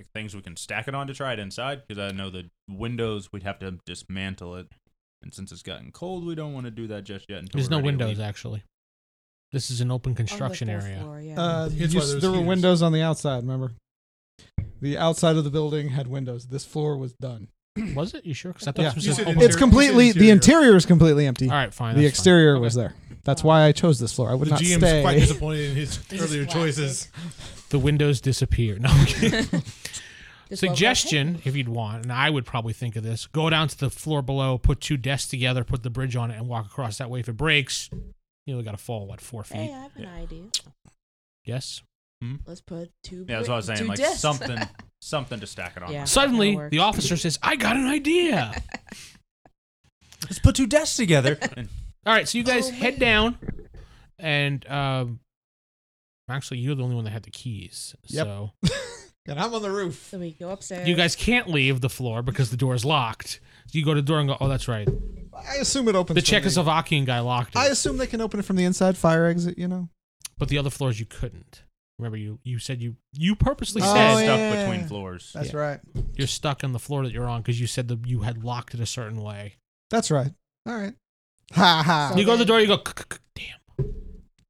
[SPEAKER 6] like, things we can stack it on to try it inside, because I know the windows we'd have to dismantle it, and since it's gotten cold, we don't want to do that just yet. Until
[SPEAKER 2] There's
[SPEAKER 6] we're
[SPEAKER 2] no
[SPEAKER 6] ready to
[SPEAKER 2] windows
[SPEAKER 6] leave.
[SPEAKER 2] actually. This is an
[SPEAKER 7] Oh,
[SPEAKER 2] open construction
[SPEAKER 7] On the fourth
[SPEAKER 2] area.
[SPEAKER 7] floor, yeah.
[SPEAKER 10] Uh,
[SPEAKER 5] It's
[SPEAKER 10] you
[SPEAKER 5] why
[SPEAKER 10] s-
[SPEAKER 5] there's
[SPEAKER 10] there were
[SPEAKER 5] heaters.
[SPEAKER 10] windows on the outside, remember? The outside of the building had windows. This floor was done.
[SPEAKER 2] Was it? You sure? Because I thought
[SPEAKER 10] Yeah.
[SPEAKER 2] this was
[SPEAKER 5] You
[SPEAKER 2] an
[SPEAKER 5] said
[SPEAKER 2] open.
[SPEAKER 5] interior-
[SPEAKER 10] It's completely, the
[SPEAKER 5] interior.
[SPEAKER 10] interior is completely empty.
[SPEAKER 2] All right, fine.
[SPEAKER 10] the
[SPEAKER 2] that's fine.
[SPEAKER 10] exterior was there. That's why I chose this floor. I would
[SPEAKER 5] The
[SPEAKER 10] not
[SPEAKER 5] GM's
[SPEAKER 10] stay.
[SPEAKER 5] quite disappointed in his
[SPEAKER 7] This is
[SPEAKER 5] earlier
[SPEAKER 7] flaccid.
[SPEAKER 5] choices.
[SPEAKER 2] The windows disappear. No I'm kidding.
[SPEAKER 7] Just roll
[SPEAKER 2] suggestion, if you'd want, and I would probably think of this: go down to the floor below, put two desks together, put the bridge on it, and walk across that way. If it breaks, you only got to fall what four
[SPEAKER 7] back.
[SPEAKER 2] feet?
[SPEAKER 7] Hey, uh, I have an
[SPEAKER 6] Yeah.
[SPEAKER 7] idea.
[SPEAKER 2] Yes.
[SPEAKER 7] Let's put two.
[SPEAKER 6] Yeah, that's what I was
[SPEAKER 7] bri-
[SPEAKER 6] saying.
[SPEAKER 7] two
[SPEAKER 6] Like
[SPEAKER 7] discs.
[SPEAKER 6] something, something to stack it on.
[SPEAKER 7] Yeah.
[SPEAKER 2] Suddenly,
[SPEAKER 7] That'll work.
[SPEAKER 2] the officer says, "I got an idea."
[SPEAKER 6] Let's put two desks together. and
[SPEAKER 2] All right, so you guys head down, and um, actually, you're the only one that had the keys.
[SPEAKER 10] Yep.
[SPEAKER 2] So
[SPEAKER 10] and I'm on the roof.
[SPEAKER 7] so we go upstairs.
[SPEAKER 2] you guys can't leave the floor because the door is locked. So you go to the door and go, "Oh, that's right."
[SPEAKER 10] I assume it opens.
[SPEAKER 2] The
[SPEAKER 10] from the-
[SPEAKER 2] Czechoslovakian guy locked
[SPEAKER 10] I
[SPEAKER 2] it,
[SPEAKER 10] assume they can open it from the inside, fire exit. You know.
[SPEAKER 2] but the other floors you couldn't. Remember, you you said you you purposely
[SPEAKER 10] Oh,
[SPEAKER 2] said
[SPEAKER 10] yeah.
[SPEAKER 6] stuff between floors.
[SPEAKER 10] That's
[SPEAKER 2] Yeah.
[SPEAKER 10] right.
[SPEAKER 2] you're stuck on the floor that you're on because you said that you had locked it a certain way.
[SPEAKER 10] That's right. All right. Ha ha.
[SPEAKER 7] So-
[SPEAKER 2] you go to the door, you go, "K-k-k-k, "Damn."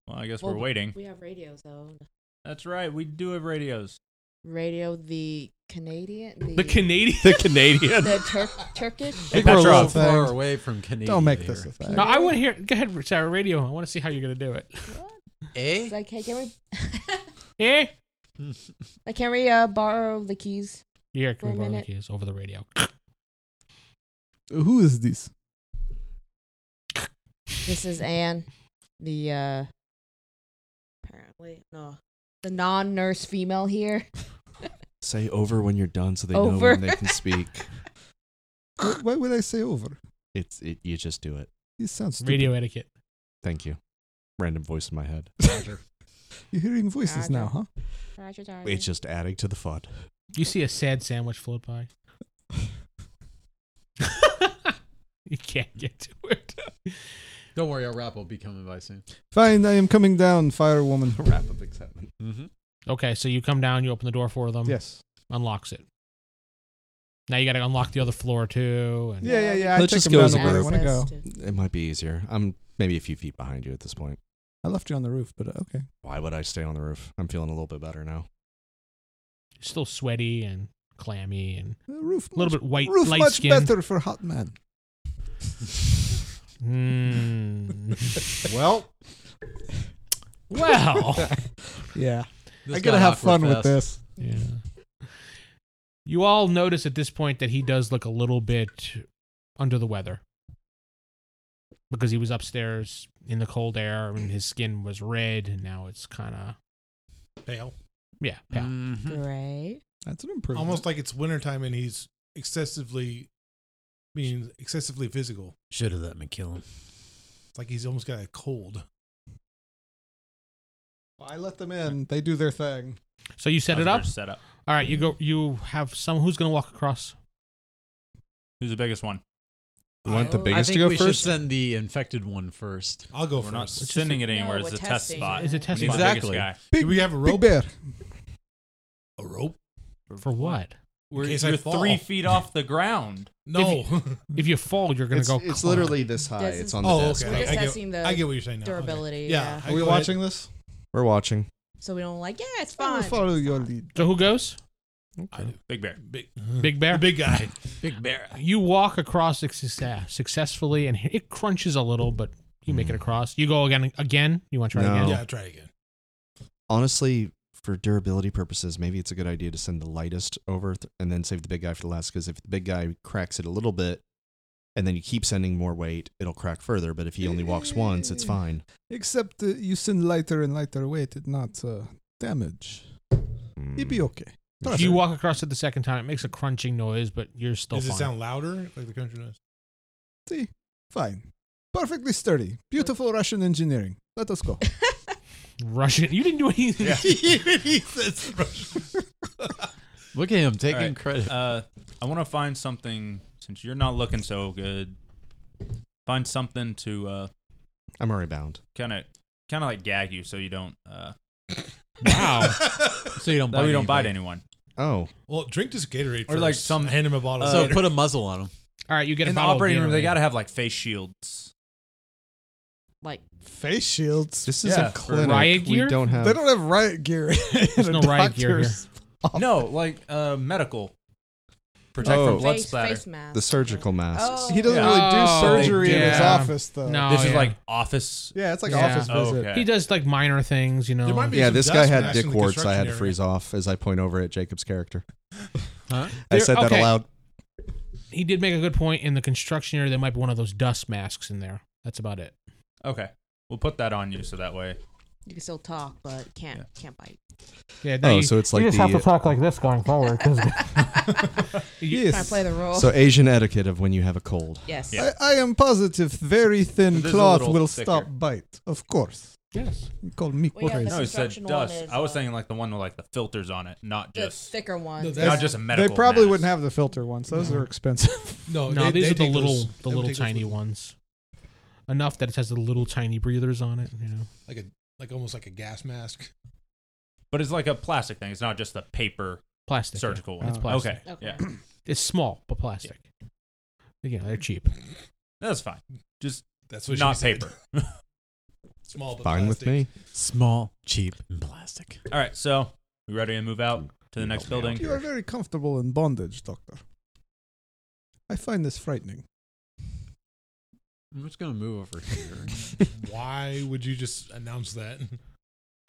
[SPEAKER 6] Well, I guess
[SPEAKER 7] Well,
[SPEAKER 6] we're waiting.
[SPEAKER 7] We have radios though.
[SPEAKER 6] That's right. We do have radios.
[SPEAKER 7] Radio the Canadian. The,
[SPEAKER 2] The Canadian.
[SPEAKER 3] the Canadian.
[SPEAKER 7] the Tur- Turkish.
[SPEAKER 10] I think
[SPEAKER 9] We're a
[SPEAKER 10] we're
[SPEAKER 9] little
[SPEAKER 10] all
[SPEAKER 9] far
[SPEAKER 10] things.
[SPEAKER 9] away from Canadian.
[SPEAKER 10] Don't make
[SPEAKER 9] here.
[SPEAKER 10] this a
[SPEAKER 2] No,
[SPEAKER 10] thing.
[SPEAKER 2] I want to hear. Go ahead, Sarah. Radio. I want to see how you're gonna do it.
[SPEAKER 7] It's like, hey, can we?
[SPEAKER 2] Eh?
[SPEAKER 7] like, can we uh, borrow the keys?
[SPEAKER 2] Yeah, can
[SPEAKER 7] For
[SPEAKER 2] we
[SPEAKER 7] a
[SPEAKER 2] borrow the
[SPEAKER 7] minute.
[SPEAKER 2] keys over the radio?
[SPEAKER 10] Who is this?
[SPEAKER 7] This is Anne, the uh, apparently no, the non-nurse female here.
[SPEAKER 3] Say over when you're done, so they know
[SPEAKER 7] Over.
[SPEAKER 3] when they can speak.
[SPEAKER 10] Wh- Why would I say over?
[SPEAKER 3] it's it. You just do it.
[SPEAKER 10] This sounds stupid.
[SPEAKER 2] Radio etiquette.
[SPEAKER 3] Thank you. Random voice in my head.
[SPEAKER 10] You're hearing voices now, huh?
[SPEAKER 7] Roger, Roger.
[SPEAKER 3] It's just adding to the fun.
[SPEAKER 2] You see a sad sandwich float by. you can't get to it.
[SPEAKER 4] Don't worry, our rap will be coming by soon.
[SPEAKER 10] Fine, I am coming down, fire woman.
[SPEAKER 4] Wrap up excitement.
[SPEAKER 9] Mm-hmm.
[SPEAKER 2] Okay, so you come down, you open the door for them.
[SPEAKER 10] Yes.
[SPEAKER 2] Unlocks it. Now you got to unlock the other floor too. And
[SPEAKER 10] Yeah, yeah, yeah. I
[SPEAKER 3] Let's
[SPEAKER 10] took
[SPEAKER 3] just
[SPEAKER 10] him
[SPEAKER 3] go
[SPEAKER 10] down
[SPEAKER 3] as a
[SPEAKER 10] the way I
[SPEAKER 3] group.
[SPEAKER 10] want to go.
[SPEAKER 3] It might be easier. I'm maybe a few feet behind you at this point.
[SPEAKER 10] I left you on the roof, but uh, okay.
[SPEAKER 3] Why would I stay on the roof? I'm feeling a little bit better now.
[SPEAKER 2] Still sweaty and clammy and
[SPEAKER 10] The roof
[SPEAKER 2] a little bit white,
[SPEAKER 10] Roof
[SPEAKER 2] light
[SPEAKER 10] much
[SPEAKER 2] skin.
[SPEAKER 10] better for hot man.
[SPEAKER 2] Mm.
[SPEAKER 4] Well,
[SPEAKER 2] well,
[SPEAKER 10] Yeah.
[SPEAKER 4] this
[SPEAKER 10] I
[SPEAKER 4] got
[SPEAKER 10] gotta have
[SPEAKER 4] awkward
[SPEAKER 10] fun with
[SPEAKER 4] fast.
[SPEAKER 10] this.
[SPEAKER 2] yeah. You all notice at this point that he does look a little bit under the weather because he was upstairs in the cold air and his skin was red and now it's kind of
[SPEAKER 5] Pale.
[SPEAKER 2] yeah pale.
[SPEAKER 8] Mm-hmm.
[SPEAKER 9] Mhm.
[SPEAKER 7] Great.
[SPEAKER 10] That's an improvement.
[SPEAKER 5] Almost like it's wintertime and he's excessively being excessively physical.
[SPEAKER 8] Should have let me kill him.
[SPEAKER 5] It's like he's almost got a cold.
[SPEAKER 10] I let them in. They do their thing.
[SPEAKER 2] So you set
[SPEAKER 6] How's
[SPEAKER 2] it
[SPEAKER 6] your
[SPEAKER 2] up.
[SPEAKER 6] Set up.
[SPEAKER 2] All right, you go. You have some. Who's gonna walk across?
[SPEAKER 6] Who's the biggest one?
[SPEAKER 3] You want the
[SPEAKER 7] I
[SPEAKER 4] I
[SPEAKER 3] biggest
[SPEAKER 4] think
[SPEAKER 3] to go
[SPEAKER 4] we
[SPEAKER 3] first?
[SPEAKER 4] should send the infected one first.
[SPEAKER 5] I'll go
[SPEAKER 6] We're not
[SPEAKER 5] first.
[SPEAKER 6] sending it anywhere.
[SPEAKER 7] No,
[SPEAKER 6] it's a
[SPEAKER 7] we're
[SPEAKER 6] test
[SPEAKER 7] testing.
[SPEAKER 6] spot.
[SPEAKER 2] Is it
[SPEAKER 6] We
[SPEAKER 2] test
[SPEAKER 6] need the
[SPEAKER 2] spot?
[SPEAKER 6] biggest
[SPEAKER 4] Exactly.
[SPEAKER 6] guy.
[SPEAKER 10] Big,
[SPEAKER 5] Do we have a
[SPEAKER 10] big
[SPEAKER 5] rope?
[SPEAKER 10] bear.
[SPEAKER 5] A rope?
[SPEAKER 2] For what?
[SPEAKER 6] We're,
[SPEAKER 5] In case I
[SPEAKER 6] you're
[SPEAKER 5] fall.
[SPEAKER 6] three feet off the ground.
[SPEAKER 5] No.
[SPEAKER 2] If you fall, you're gonna
[SPEAKER 3] It's,
[SPEAKER 2] go.
[SPEAKER 3] it's
[SPEAKER 2] climb.
[SPEAKER 3] literally this high.
[SPEAKER 7] Doesn't-
[SPEAKER 3] It's on the
[SPEAKER 5] oh,
[SPEAKER 3] desk.
[SPEAKER 5] okay.
[SPEAKER 7] We're just
[SPEAKER 5] I get,
[SPEAKER 7] testing the
[SPEAKER 5] I get what you're saying now. Okay.
[SPEAKER 7] durability,
[SPEAKER 5] Yeah.
[SPEAKER 7] yeah.
[SPEAKER 5] I
[SPEAKER 10] Are we
[SPEAKER 5] go ahead.
[SPEAKER 10] watching this?
[SPEAKER 3] We're watching.
[SPEAKER 7] So we don't like, yeah, it's
[SPEAKER 10] I will
[SPEAKER 6] Oh,
[SPEAKER 7] fine.
[SPEAKER 10] follow your lead.
[SPEAKER 2] So who goes?
[SPEAKER 6] Big bear.
[SPEAKER 5] Big, hmm.
[SPEAKER 2] Big bear.
[SPEAKER 5] the big guy.
[SPEAKER 6] Big bear.
[SPEAKER 2] you walk across success, successfully, and it crunches a little, but you make it across. You go again. Again. You want to try
[SPEAKER 3] No.
[SPEAKER 2] again?
[SPEAKER 5] Yeah, try again.
[SPEAKER 3] Honestly, for durability purposes, maybe it's a good idea to send the lightest over th- and then save the big guy for the last. Because if the big guy cracks it a little bit, and then you keep sending more weight, it'll crack further. But if he only walks once, it's fine.
[SPEAKER 10] Except uh, you send lighter and lighter weight, it not uh, damage.
[SPEAKER 3] Hmm.
[SPEAKER 10] You'd be okay. Trust
[SPEAKER 2] You
[SPEAKER 10] me.
[SPEAKER 2] walk across it the second time. It makes a crunching noise, but you're still
[SPEAKER 5] Does
[SPEAKER 2] fine.
[SPEAKER 5] it sound louder like the country does?
[SPEAKER 10] See? Fine. Perfectly sturdy. Beautiful Russian engineering. Let us go.
[SPEAKER 2] Russian. You didn't do anything.
[SPEAKER 4] Look at him taking
[SPEAKER 6] All right.
[SPEAKER 4] credit.
[SPEAKER 6] Uh, I want to find something since you're not looking so good. Find something to uh,
[SPEAKER 3] I'm already bound.
[SPEAKER 6] kind of, kind of like gag you so you don't, uh,
[SPEAKER 2] Wow.
[SPEAKER 4] so you don't
[SPEAKER 6] that
[SPEAKER 4] bite.
[SPEAKER 6] we don't bite
[SPEAKER 4] anybody.
[SPEAKER 6] anyone.
[SPEAKER 3] Oh,
[SPEAKER 5] Well, drink this Gatorade
[SPEAKER 6] Or, like,
[SPEAKER 5] first.
[SPEAKER 6] some-
[SPEAKER 5] hand him a bottle.
[SPEAKER 4] So
[SPEAKER 5] of Gatorade.
[SPEAKER 4] put a muzzle on him.
[SPEAKER 2] All right. You get a
[SPEAKER 6] In the
[SPEAKER 2] bottle of
[SPEAKER 6] operating room, they
[SPEAKER 2] Gatorade.
[SPEAKER 6] gotta have like face shields.
[SPEAKER 7] Like,
[SPEAKER 10] Face shields.
[SPEAKER 3] this is
[SPEAKER 6] Yeah,
[SPEAKER 3] a
[SPEAKER 6] for
[SPEAKER 3] clinic.
[SPEAKER 2] riot gear?
[SPEAKER 3] We don't have.
[SPEAKER 10] They don't have riot gear.
[SPEAKER 2] There's no riot gear here.
[SPEAKER 6] No, like uh, medical. Protect
[SPEAKER 3] Oh.
[SPEAKER 6] from blood
[SPEAKER 7] face,
[SPEAKER 6] splatter.
[SPEAKER 7] face mask.
[SPEAKER 3] the surgical masks.
[SPEAKER 7] Oh.
[SPEAKER 10] He doesn't
[SPEAKER 6] Yeah.
[SPEAKER 2] Oh,
[SPEAKER 10] really do surgery in his
[SPEAKER 2] yeah.
[SPEAKER 10] office, though.
[SPEAKER 2] No.
[SPEAKER 6] this
[SPEAKER 2] Oh,
[SPEAKER 6] is
[SPEAKER 2] yeah.
[SPEAKER 6] like office.
[SPEAKER 10] Yeah, it's like
[SPEAKER 2] Yeah.
[SPEAKER 10] office
[SPEAKER 6] Oh,
[SPEAKER 10] visit.
[SPEAKER 6] okay.
[SPEAKER 2] He does like minor things, you know.
[SPEAKER 5] might be-
[SPEAKER 3] Yeah,
[SPEAKER 5] some
[SPEAKER 3] this
[SPEAKER 5] dust
[SPEAKER 3] guy had
[SPEAKER 5] masks in
[SPEAKER 3] dick
[SPEAKER 5] the
[SPEAKER 3] warts. I had to
[SPEAKER 5] construction
[SPEAKER 3] freeze off as I point over at Jacob's character.
[SPEAKER 4] Huh?
[SPEAKER 3] I
[SPEAKER 2] There-
[SPEAKER 3] said that
[SPEAKER 2] okay.
[SPEAKER 3] aloud.
[SPEAKER 2] he did make a good point in the construction area. There might be one of those dust masks in there. That's about it.
[SPEAKER 6] Okay, we'll put that on you so that way.
[SPEAKER 7] you can still talk, but can't can't bite.
[SPEAKER 2] Yeah.
[SPEAKER 3] Oh, so it's like the
[SPEAKER 2] talk like this going forward.
[SPEAKER 7] Can I play the role?
[SPEAKER 3] so Asian etiquette of when you have a cold.
[SPEAKER 7] yes.
[SPEAKER 6] Yeah.
[SPEAKER 10] I, I am positive very thin
[SPEAKER 6] This is a
[SPEAKER 10] cloth
[SPEAKER 6] little
[SPEAKER 10] will
[SPEAKER 6] thicker.
[SPEAKER 10] stop bite. Of course.
[SPEAKER 2] yes.
[SPEAKER 10] You call me
[SPEAKER 7] Well, yeah,
[SPEAKER 10] crazy.
[SPEAKER 7] The
[SPEAKER 6] No, he said
[SPEAKER 7] construction one
[SPEAKER 6] dust.
[SPEAKER 7] is,
[SPEAKER 6] I was
[SPEAKER 7] uh,
[SPEAKER 6] thinking like the one with like the filters on it, not
[SPEAKER 7] The
[SPEAKER 6] just
[SPEAKER 7] thicker one.
[SPEAKER 5] No,
[SPEAKER 7] yeah.
[SPEAKER 5] that's-
[SPEAKER 6] not just a medical.
[SPEAKER 10] They probably
[SPEAKER 6] mask.
[SPEAKER 10] wouldn't have the filter ones. Those
[SPEAKER 2] No.
[SPEAKER 10] are expensive.
[SPEAKER 5] no,
[SPEAKER 2] No,
[SPEAKER 5] Oh, they-
[SPEAKER 2] these
[SPEAKER 5] they
[SPEAKER 2] are the
[SPEAKER 5] take those-
[SPEAKER 2] little,
[SPEAKER 5] they
[SPEAKER 2] the
[SPEAKER 5] would
[SPEAKER 2] little
[SPEAKER 5] take those
[SPEAKER 2] tiny ones. Enough that it has the little tiny breathers on it. You know.
[SPEAKER 5] Like a like almost like a gas mask.
[SPEAKER 6] But it's like a plastic thing. It's not just the paper
[SPEAKER 2] plastic. yeah.
[SPEAKER 6] surgical one.
[SPEAKER 2] It's
[SPEAKER 10] Oh.
[SPEAKER 2] Uh, plastic.
[SPEAKER 6] Okay.
[SPEAKER 7] Okay.
[SPEAKER 6] Yeah.
[SPEAKER 2] It's small but plastic. You know, they're cheap.
[SPEAKER 6] That's fine. Just
[SPEAKER 5] That's what she
[SPEAKER 6] not
[SPEAKER 5] said.
[SPEAKER 6] paper.
[SPEAKER 5] Small, but
[SPEAKER 3] Fine with
[SPEAKER 5] plastic.
[SPEAKER 3] me.
[SPEAKER 8] Small, cheap, and plastic.
[SPEAKER 6] All right. So we ready to move out to the next
[SPEAKER 3] Help me out
[SPEAKER 6] building?
[SPEAKER 10] You are very comfortable in bondage, Doctor. I find this frightening.
[SPEAKER 4] I'm just gonna move over here.
[SPEAKER 5] Why would you just announce that?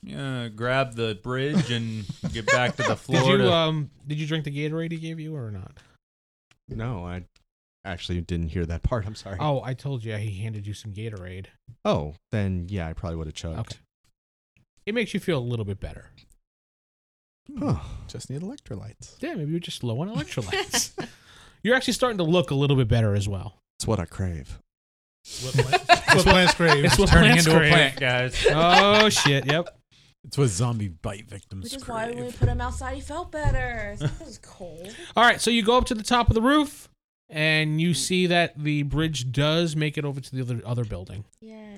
[SPEAKER 6] Yeah. Grab the bridge and get back to the floor.
[SPEAKER 2] Did you
[SPEAKER 6] to-
[SPEAKER 2] um? Did you drink the Gatorade he gave you or not?
[SPEAKER 3] No, I actually didn't hear that part. I'm sorry.
[SPEAKER 2] Oh, I told you he handed you some Gatorade.
[SPEAKER 3] Oh, then yeah, I probably would have chugged.
[SPEAKER 2] Okay. It makes you feel a little bit better.
[SPEAKER 3] Huh.
[SPEAKER 10] Just need electrolytes.
[SPEAKER 2] Yeah, maybe you're just low on electrolytes. you're actually starting to look a little bit better as well.
[SPEAKER 3] It's what I crave.
[SPEAKER 5] What, what? what plants crave.
[SPEAKER 8] It's
[SPEAKER 5] It's what
[SPEAKER 8] turning
[SPEAKER 5] plants
[SPEAKER 8] into a
[SPEAKER 5] crave.
[SPEAKER 8] plant, guys.
[SPEAKER 5] Oh,
[SPEAKER 2] shit! Yep.
[SPEAKER 8] It's what zombie bite victims.
[SPEAKER 7] Which is why when we put him outside, he felt better. It was cold.
[SPEAKER 2] All right, so you go up to the top of the roof, and you see that the bridge does make it over to the other other building.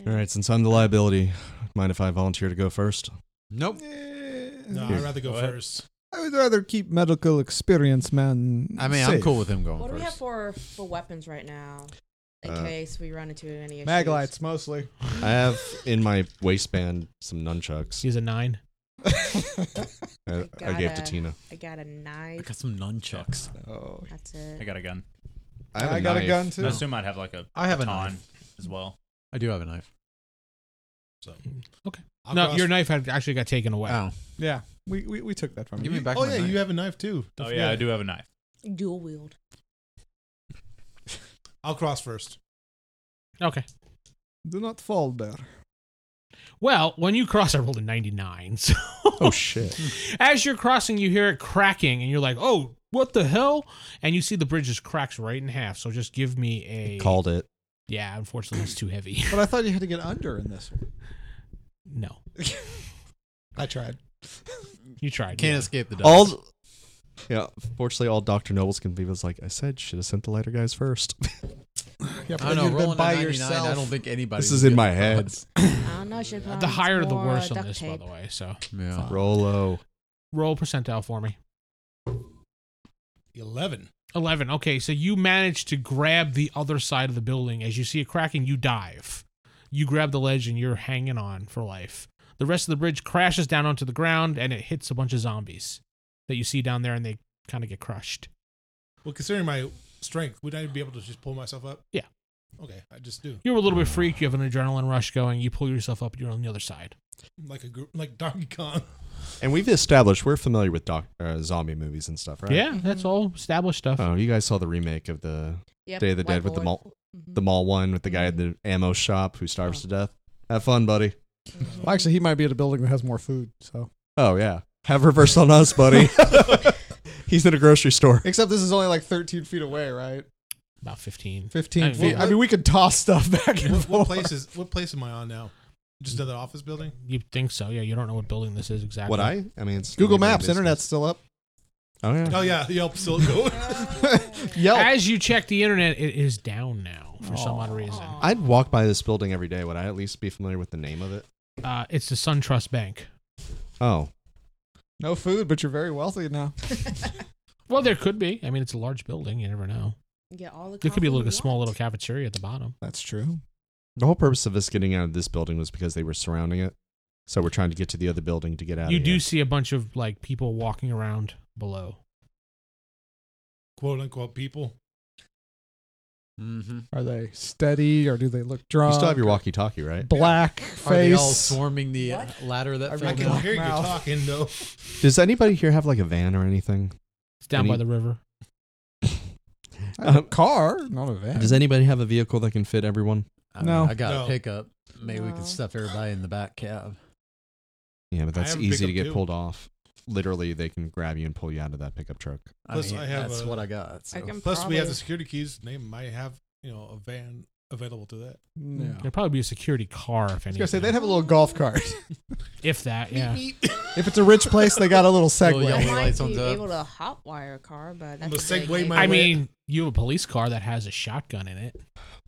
[SPEAKER 3] All right, since I'm the liability, mind if I volunteer to go first?
[SPEAKER 4] Nope.
[SPEAKER 5] No, I'd rather go first.
[SPEAKER 10] I would rather keep medical experience man.
[SPEAKER 8] I mean, I'm
[SPEAKER 10] safe.
[SPEAKER 8] cool with him going
[SPEAKER 7] What do we have for for weapons right now, in
[SPEAKER 3] Uh,
[SPEAKER 7] case we run into any issues?
[SPEAKER 10] Mag lights mostly.
[SPEAKER 3] I have in my waistband some nunchucks.
[SPEAKER 2] He's a nine.
[SPEAKER 3] I, I gave to
[SPEAKER 7] Gotta-
[SPEAKER 3] Tina.
[SPEAKER 7] I got a knife.
[SPEAKER 8] got some nunchucks.
[SPEAKER 10] Oh.
[SPEAKER 7] That's it.
[SPEAKER 6] I got a gun.
[SPEAKER 3] I have a
[SPEAKER 10] I got a
[SPEAKER 3] knife.
[SPEAKER 10] gun, too.
[SPEAKER 6] I assume I'd have like a
[SPEAKER 8] I have a
[SPEAKER 6] baton
[SPEAKER 8] knife.
[SPEAKER 6] as well.
[SPEAKER 8] I do have a knife.
[SPEAKER 5] So
[SPEAKER 2] Okay.
[SPEAKER 5] I'll
[SPEAKER 2] no,
[SPEAKER 5] cross-
[SPEAKER 2] your knife had actually got taken away.
[SPEAKER 3] Ah.
[SPEAKER 8] Oh,
[SPEAKER 10] Yeah, we, we, we took that from
[SPEAKER 8] give
[SPEAKER 10] you.
[SPEAKER 8] me back.
[SPEAKER 5] Oh
[SPEAKER 8] my
[SPEAKER 5] yeah,
[SPEAKER 8] knife.
[SPEAKER 5] you have a knife too. Don't
[SPEAKER 6] Oh yeah, I
[SPEAKER 5] forget.
[SPEAKER 6] do have a knife.
[SPEAKER 7] Dual wield.
[SPEAKER 5] I'll cross first.
[SPEAKER 2] Okay.
[SPEAKER 10] Do not fall there.
[SPEAKER 2] Well, when you cross, I rolled a ninety-nine. So oh
[SPEAKER 3] shit!
[SPEAKER 2] As you're crossing, you hear it cracking, and you're like, "Oh, what the hell?" And you see the bridge just cracks right in half. So just give me a
[SPEAKER 3] Called it.
[SPEAKER 2] Yeah, unfortunately, it's too heavy.
[SPEAKER 10] But I thought you had to get under in this one.
[SPEAKER 2] No,
[SPEAKER 10] I tried.
[SPEAKER 2] you tried.
[SPEAKER 8] Can't
[SPEAKER 2] yeah.
[SPEAKER 8] escape the dust.
[SPEAKER 3] All. Yeah, fortunately, all Doctor Nobles can be was like I said. Should have sent the lighter guys first.
[SPEAKER 10] Yeah,
[SPEAKER 8] I
[SPEAKER 10] but
[SPEAKER 8] don't
[SPEAKER 10] you've
[SPEAKER 8] know.
[SPEAKER 10] been
[SPEAKER 8] Rolling by
[SPEAKER 10] by
[SPEAKER 8] a 99,
[SPEAKER 10] yourself.
[SPEAKER 8] I don't think anybody.
[SPEAKER 3] This
[SPEAKER 8] would
[SPEAKER 3] is in
[SPEAKER 8] get
[SPEAKER 3] my
[SPEAKER 8] the
[SPEAKER 3] head.
[SPEAKER 8] odds.
[SPEAKER 7] I don't know. Should
[SPEAKER 2] the higher the worse on
[SPEAKER 7] duct
[SPEAKER 2] this,
[SPEAKER 7] tape.
[SPEAKER 2] by the way. So
[SPEAKER 8] Yeah.
[SPEAKER 3] Rolo.
[SPEAKER 2] roll percentile for me.
[SPEAKER 5] Eleven.
[SPEAKER 2] 11. Okay, so you manage to grab the other side of the building. As you see it cracking, you dive. You grab the ledge and you're hanging on for life. The rest of the bridge crashes down onto the ground and it hits a bunch of zombies that you see down there and they kind of get crushed.
[SPEAKER 5] Well, considering my strength, would I be able to just pull myself up?
[SPEAKER 2] Yeah.
[SPEAKER 5] Okay, I just do
[SPEAKER 2] You're a little bit freaked. You have an adrenaline rush going. You pull yourself up. You're on the other side.
[SPEAKER 5] like a gr- like Donkey Kong.
[SPEAKER 3] And we've established we're familiar with doc, uh, zombie movies and stuff, right?
[SPEAKER 2] Yeah, that's all established stuff.
[SPEAKER 3] Oh, you guys saw the remake of the
[SPEAKER 7] Yep,
[SPEAKER 3] Day of the
[SPEAKER 7] white
[SPEAKER 3] Dead with the
[SPEAKER 7] boy.
[SPEAKER 3] mall,
[SPEAKER 7] Mhm.
[SPEAKER 3] the mall one with the guy at the ammo shop who starves to death. Have fun, buddy.
[SPEAKER 7] Mm-hmm.
[SPEAKER 10] Well, actually, he might be at a building that has more food. So,
[SPEAKER 3] Oh yeah, have reversed on us, buddy. He's in a grocery store.
[SPEAKER 10] except this is only like 13 feet away, right?
[SPEAKER 2] About 15.
[SPEAKER 10] 15
[SPEAKER 2] I mean,
[SPEAKER 10] feet.
[SPEAKER 2] what-
[SPEAKER 10] I mean, we could toss stuff back and
[SPEAKER 5] what,
[SPEAKER 10] forth.
[SPEAKER 5] what place is what place am I on now? Just another office building.
[SPEAKER 2] You think so? Yeah, you don't know what building this is exactly.
[SPEAKER 3] What I? I mean, it's
[SPEAKER 10] Google
[SPEAKER 3] name of the
[SPEAKER 10] Maps,
[SPEAKER 3] business.
[SPEAKER 10] internet's still up.
[SPEAKER 3] Oh yeah.
[SPEAKER 5] Oh yeah, Yelp still going.
[SPEAKER 10] Yelp.
[SPEAKER 2] As you check the internet, it is down now for some odd reason.
[SPEAKER 3] I'd walk by this building every day. Would I at least be familiar with the name of it?
[SPEAKER 2] Uh, it's the SunTrust Bank.
[SPEAKER 3] Oh,
[SPEAKER 10] No food, but you're very wealthy now.
[SPEAKER 2] Well, there could be. I mean, it's a large building. You never know.
[SPEAKER 7] Get all the
[SPEAKER 2] There could be
[SPEAKER 7] coffee
[SPEAKER 2] like
[SPEAKER 7] you
[SPEAKER 2] a small
[SPEAKER 7] want.
[SPEAKER 2] little cafeteria at the bottom.
[SPEAKER 10] That's true.
[SPEAKER 3] the whole purpose of us getting out of this building was because they were surrounding it. So we're trying to get to the other building to get out.
[SPEAKER 2] You
[SPEAKER 3] of
[SPEAKER 2] do
[SPEAKER 3] here.
[SPEAKER 2] see a bunch of like people walking around below.
[SPEAKER 5] Quote unquote people.
[SPEAKER 8] Mm-hmm.
[SPEAKER 10] Are they steady or do they look drunk?
[SPEAKER 3] You still have your walkie-talkie, right?
[SPEAKER 10] black
[SPEAKER 8] Are they all
[SPEAKER 10] face.
[SPEAKER 8] swarming the uh, ladder that
[SPEAKER 10] I
[SPEAKER 8] fell
[SPEAKER 5] I
[SPEAKER 10] reckon-
[SPEAKER 5] can
[SPEAKER 8] down?
[SPEAKER 5] hear you
[SPEAKER 10] Mouth.
[SPEAKER 5] talking though.
[SPEAKER 3] Does anybody here have like a van or anything?
[SPEAKER 2] It's down
[SPEAKER 3] Any-
[SPEAKER 2] by the river.
[SPEAKER 10] I have a
[SPEAKER 3] Um,
[SPEAKER 10] car, not a van.
[SPEAKER 3] Does anybody have a vehicle that can fit everyone?
[SPEAKER 8] I don't know.
[SPEAKER 10] No.
[SPEAKER 8] I got
[SPEAKER 5] No.
[SPEAKER 8] a pickup. Maybe we
[SPEAKER 7] No.
[SPEAKER 8] can stuff everybody in the back cab.
[SPEAKER 3] Yeah, but
[SPEAKER 5] I
[SPEAKER 3] that's
[SPEAKER 5] have a
[SPEAKER 3] easy to
[SPEAKER 5] pickup,
[SPEAKER 3] get
[SPEAKER 5] too.
[SPEAKER 3] pulled off. Literally, they can grab you and pull you out of that pickup truck.
[SPEAKER 5] Plus, I have
[SPEAKER 8] that's
[SPEAKER 5] a-
[SPEAKER 8] what I got. So.
[SPEAKER 7] I can
[SPEAKER 5] Plus, we have the
[SPEAKER 7] probably-
[SPEAKER 5] security keys. They might have you know a van available to that.
[SPEAKER 10] no. I
[SPEAKER 2] There'd probably be a security car if
[SPEAKER 10] was
[SPEAKER 2] anything.
[SPEAKER 10] gonna say they'd have a little golf cart.
[SPEAKER 2] if that, yeah.
[SPEAKER 10] if it's a rich place, they got a little
[SPEAKER 8] Little
[SPEAKER 10] Segway.
[SPEAKER 8] yellow
[SPEAKER 7] I might
[SPEAKER 8] lights on
[SPEAKER 7] be
[SPEAKER 8] top.
[SPEAKER 7] able to hotwire a car, but
[SPEAKER 5] I'm
[SPEAKER 7] that's
[SPEAKER 5] gonna
[SPEAKER 7] a
[SPEAKER 5] segue
[SPEAKER 7] big-
[SPEAKER 5] my-
[SPEAKER 2] I mean, you have a police car that has a shotgun in it.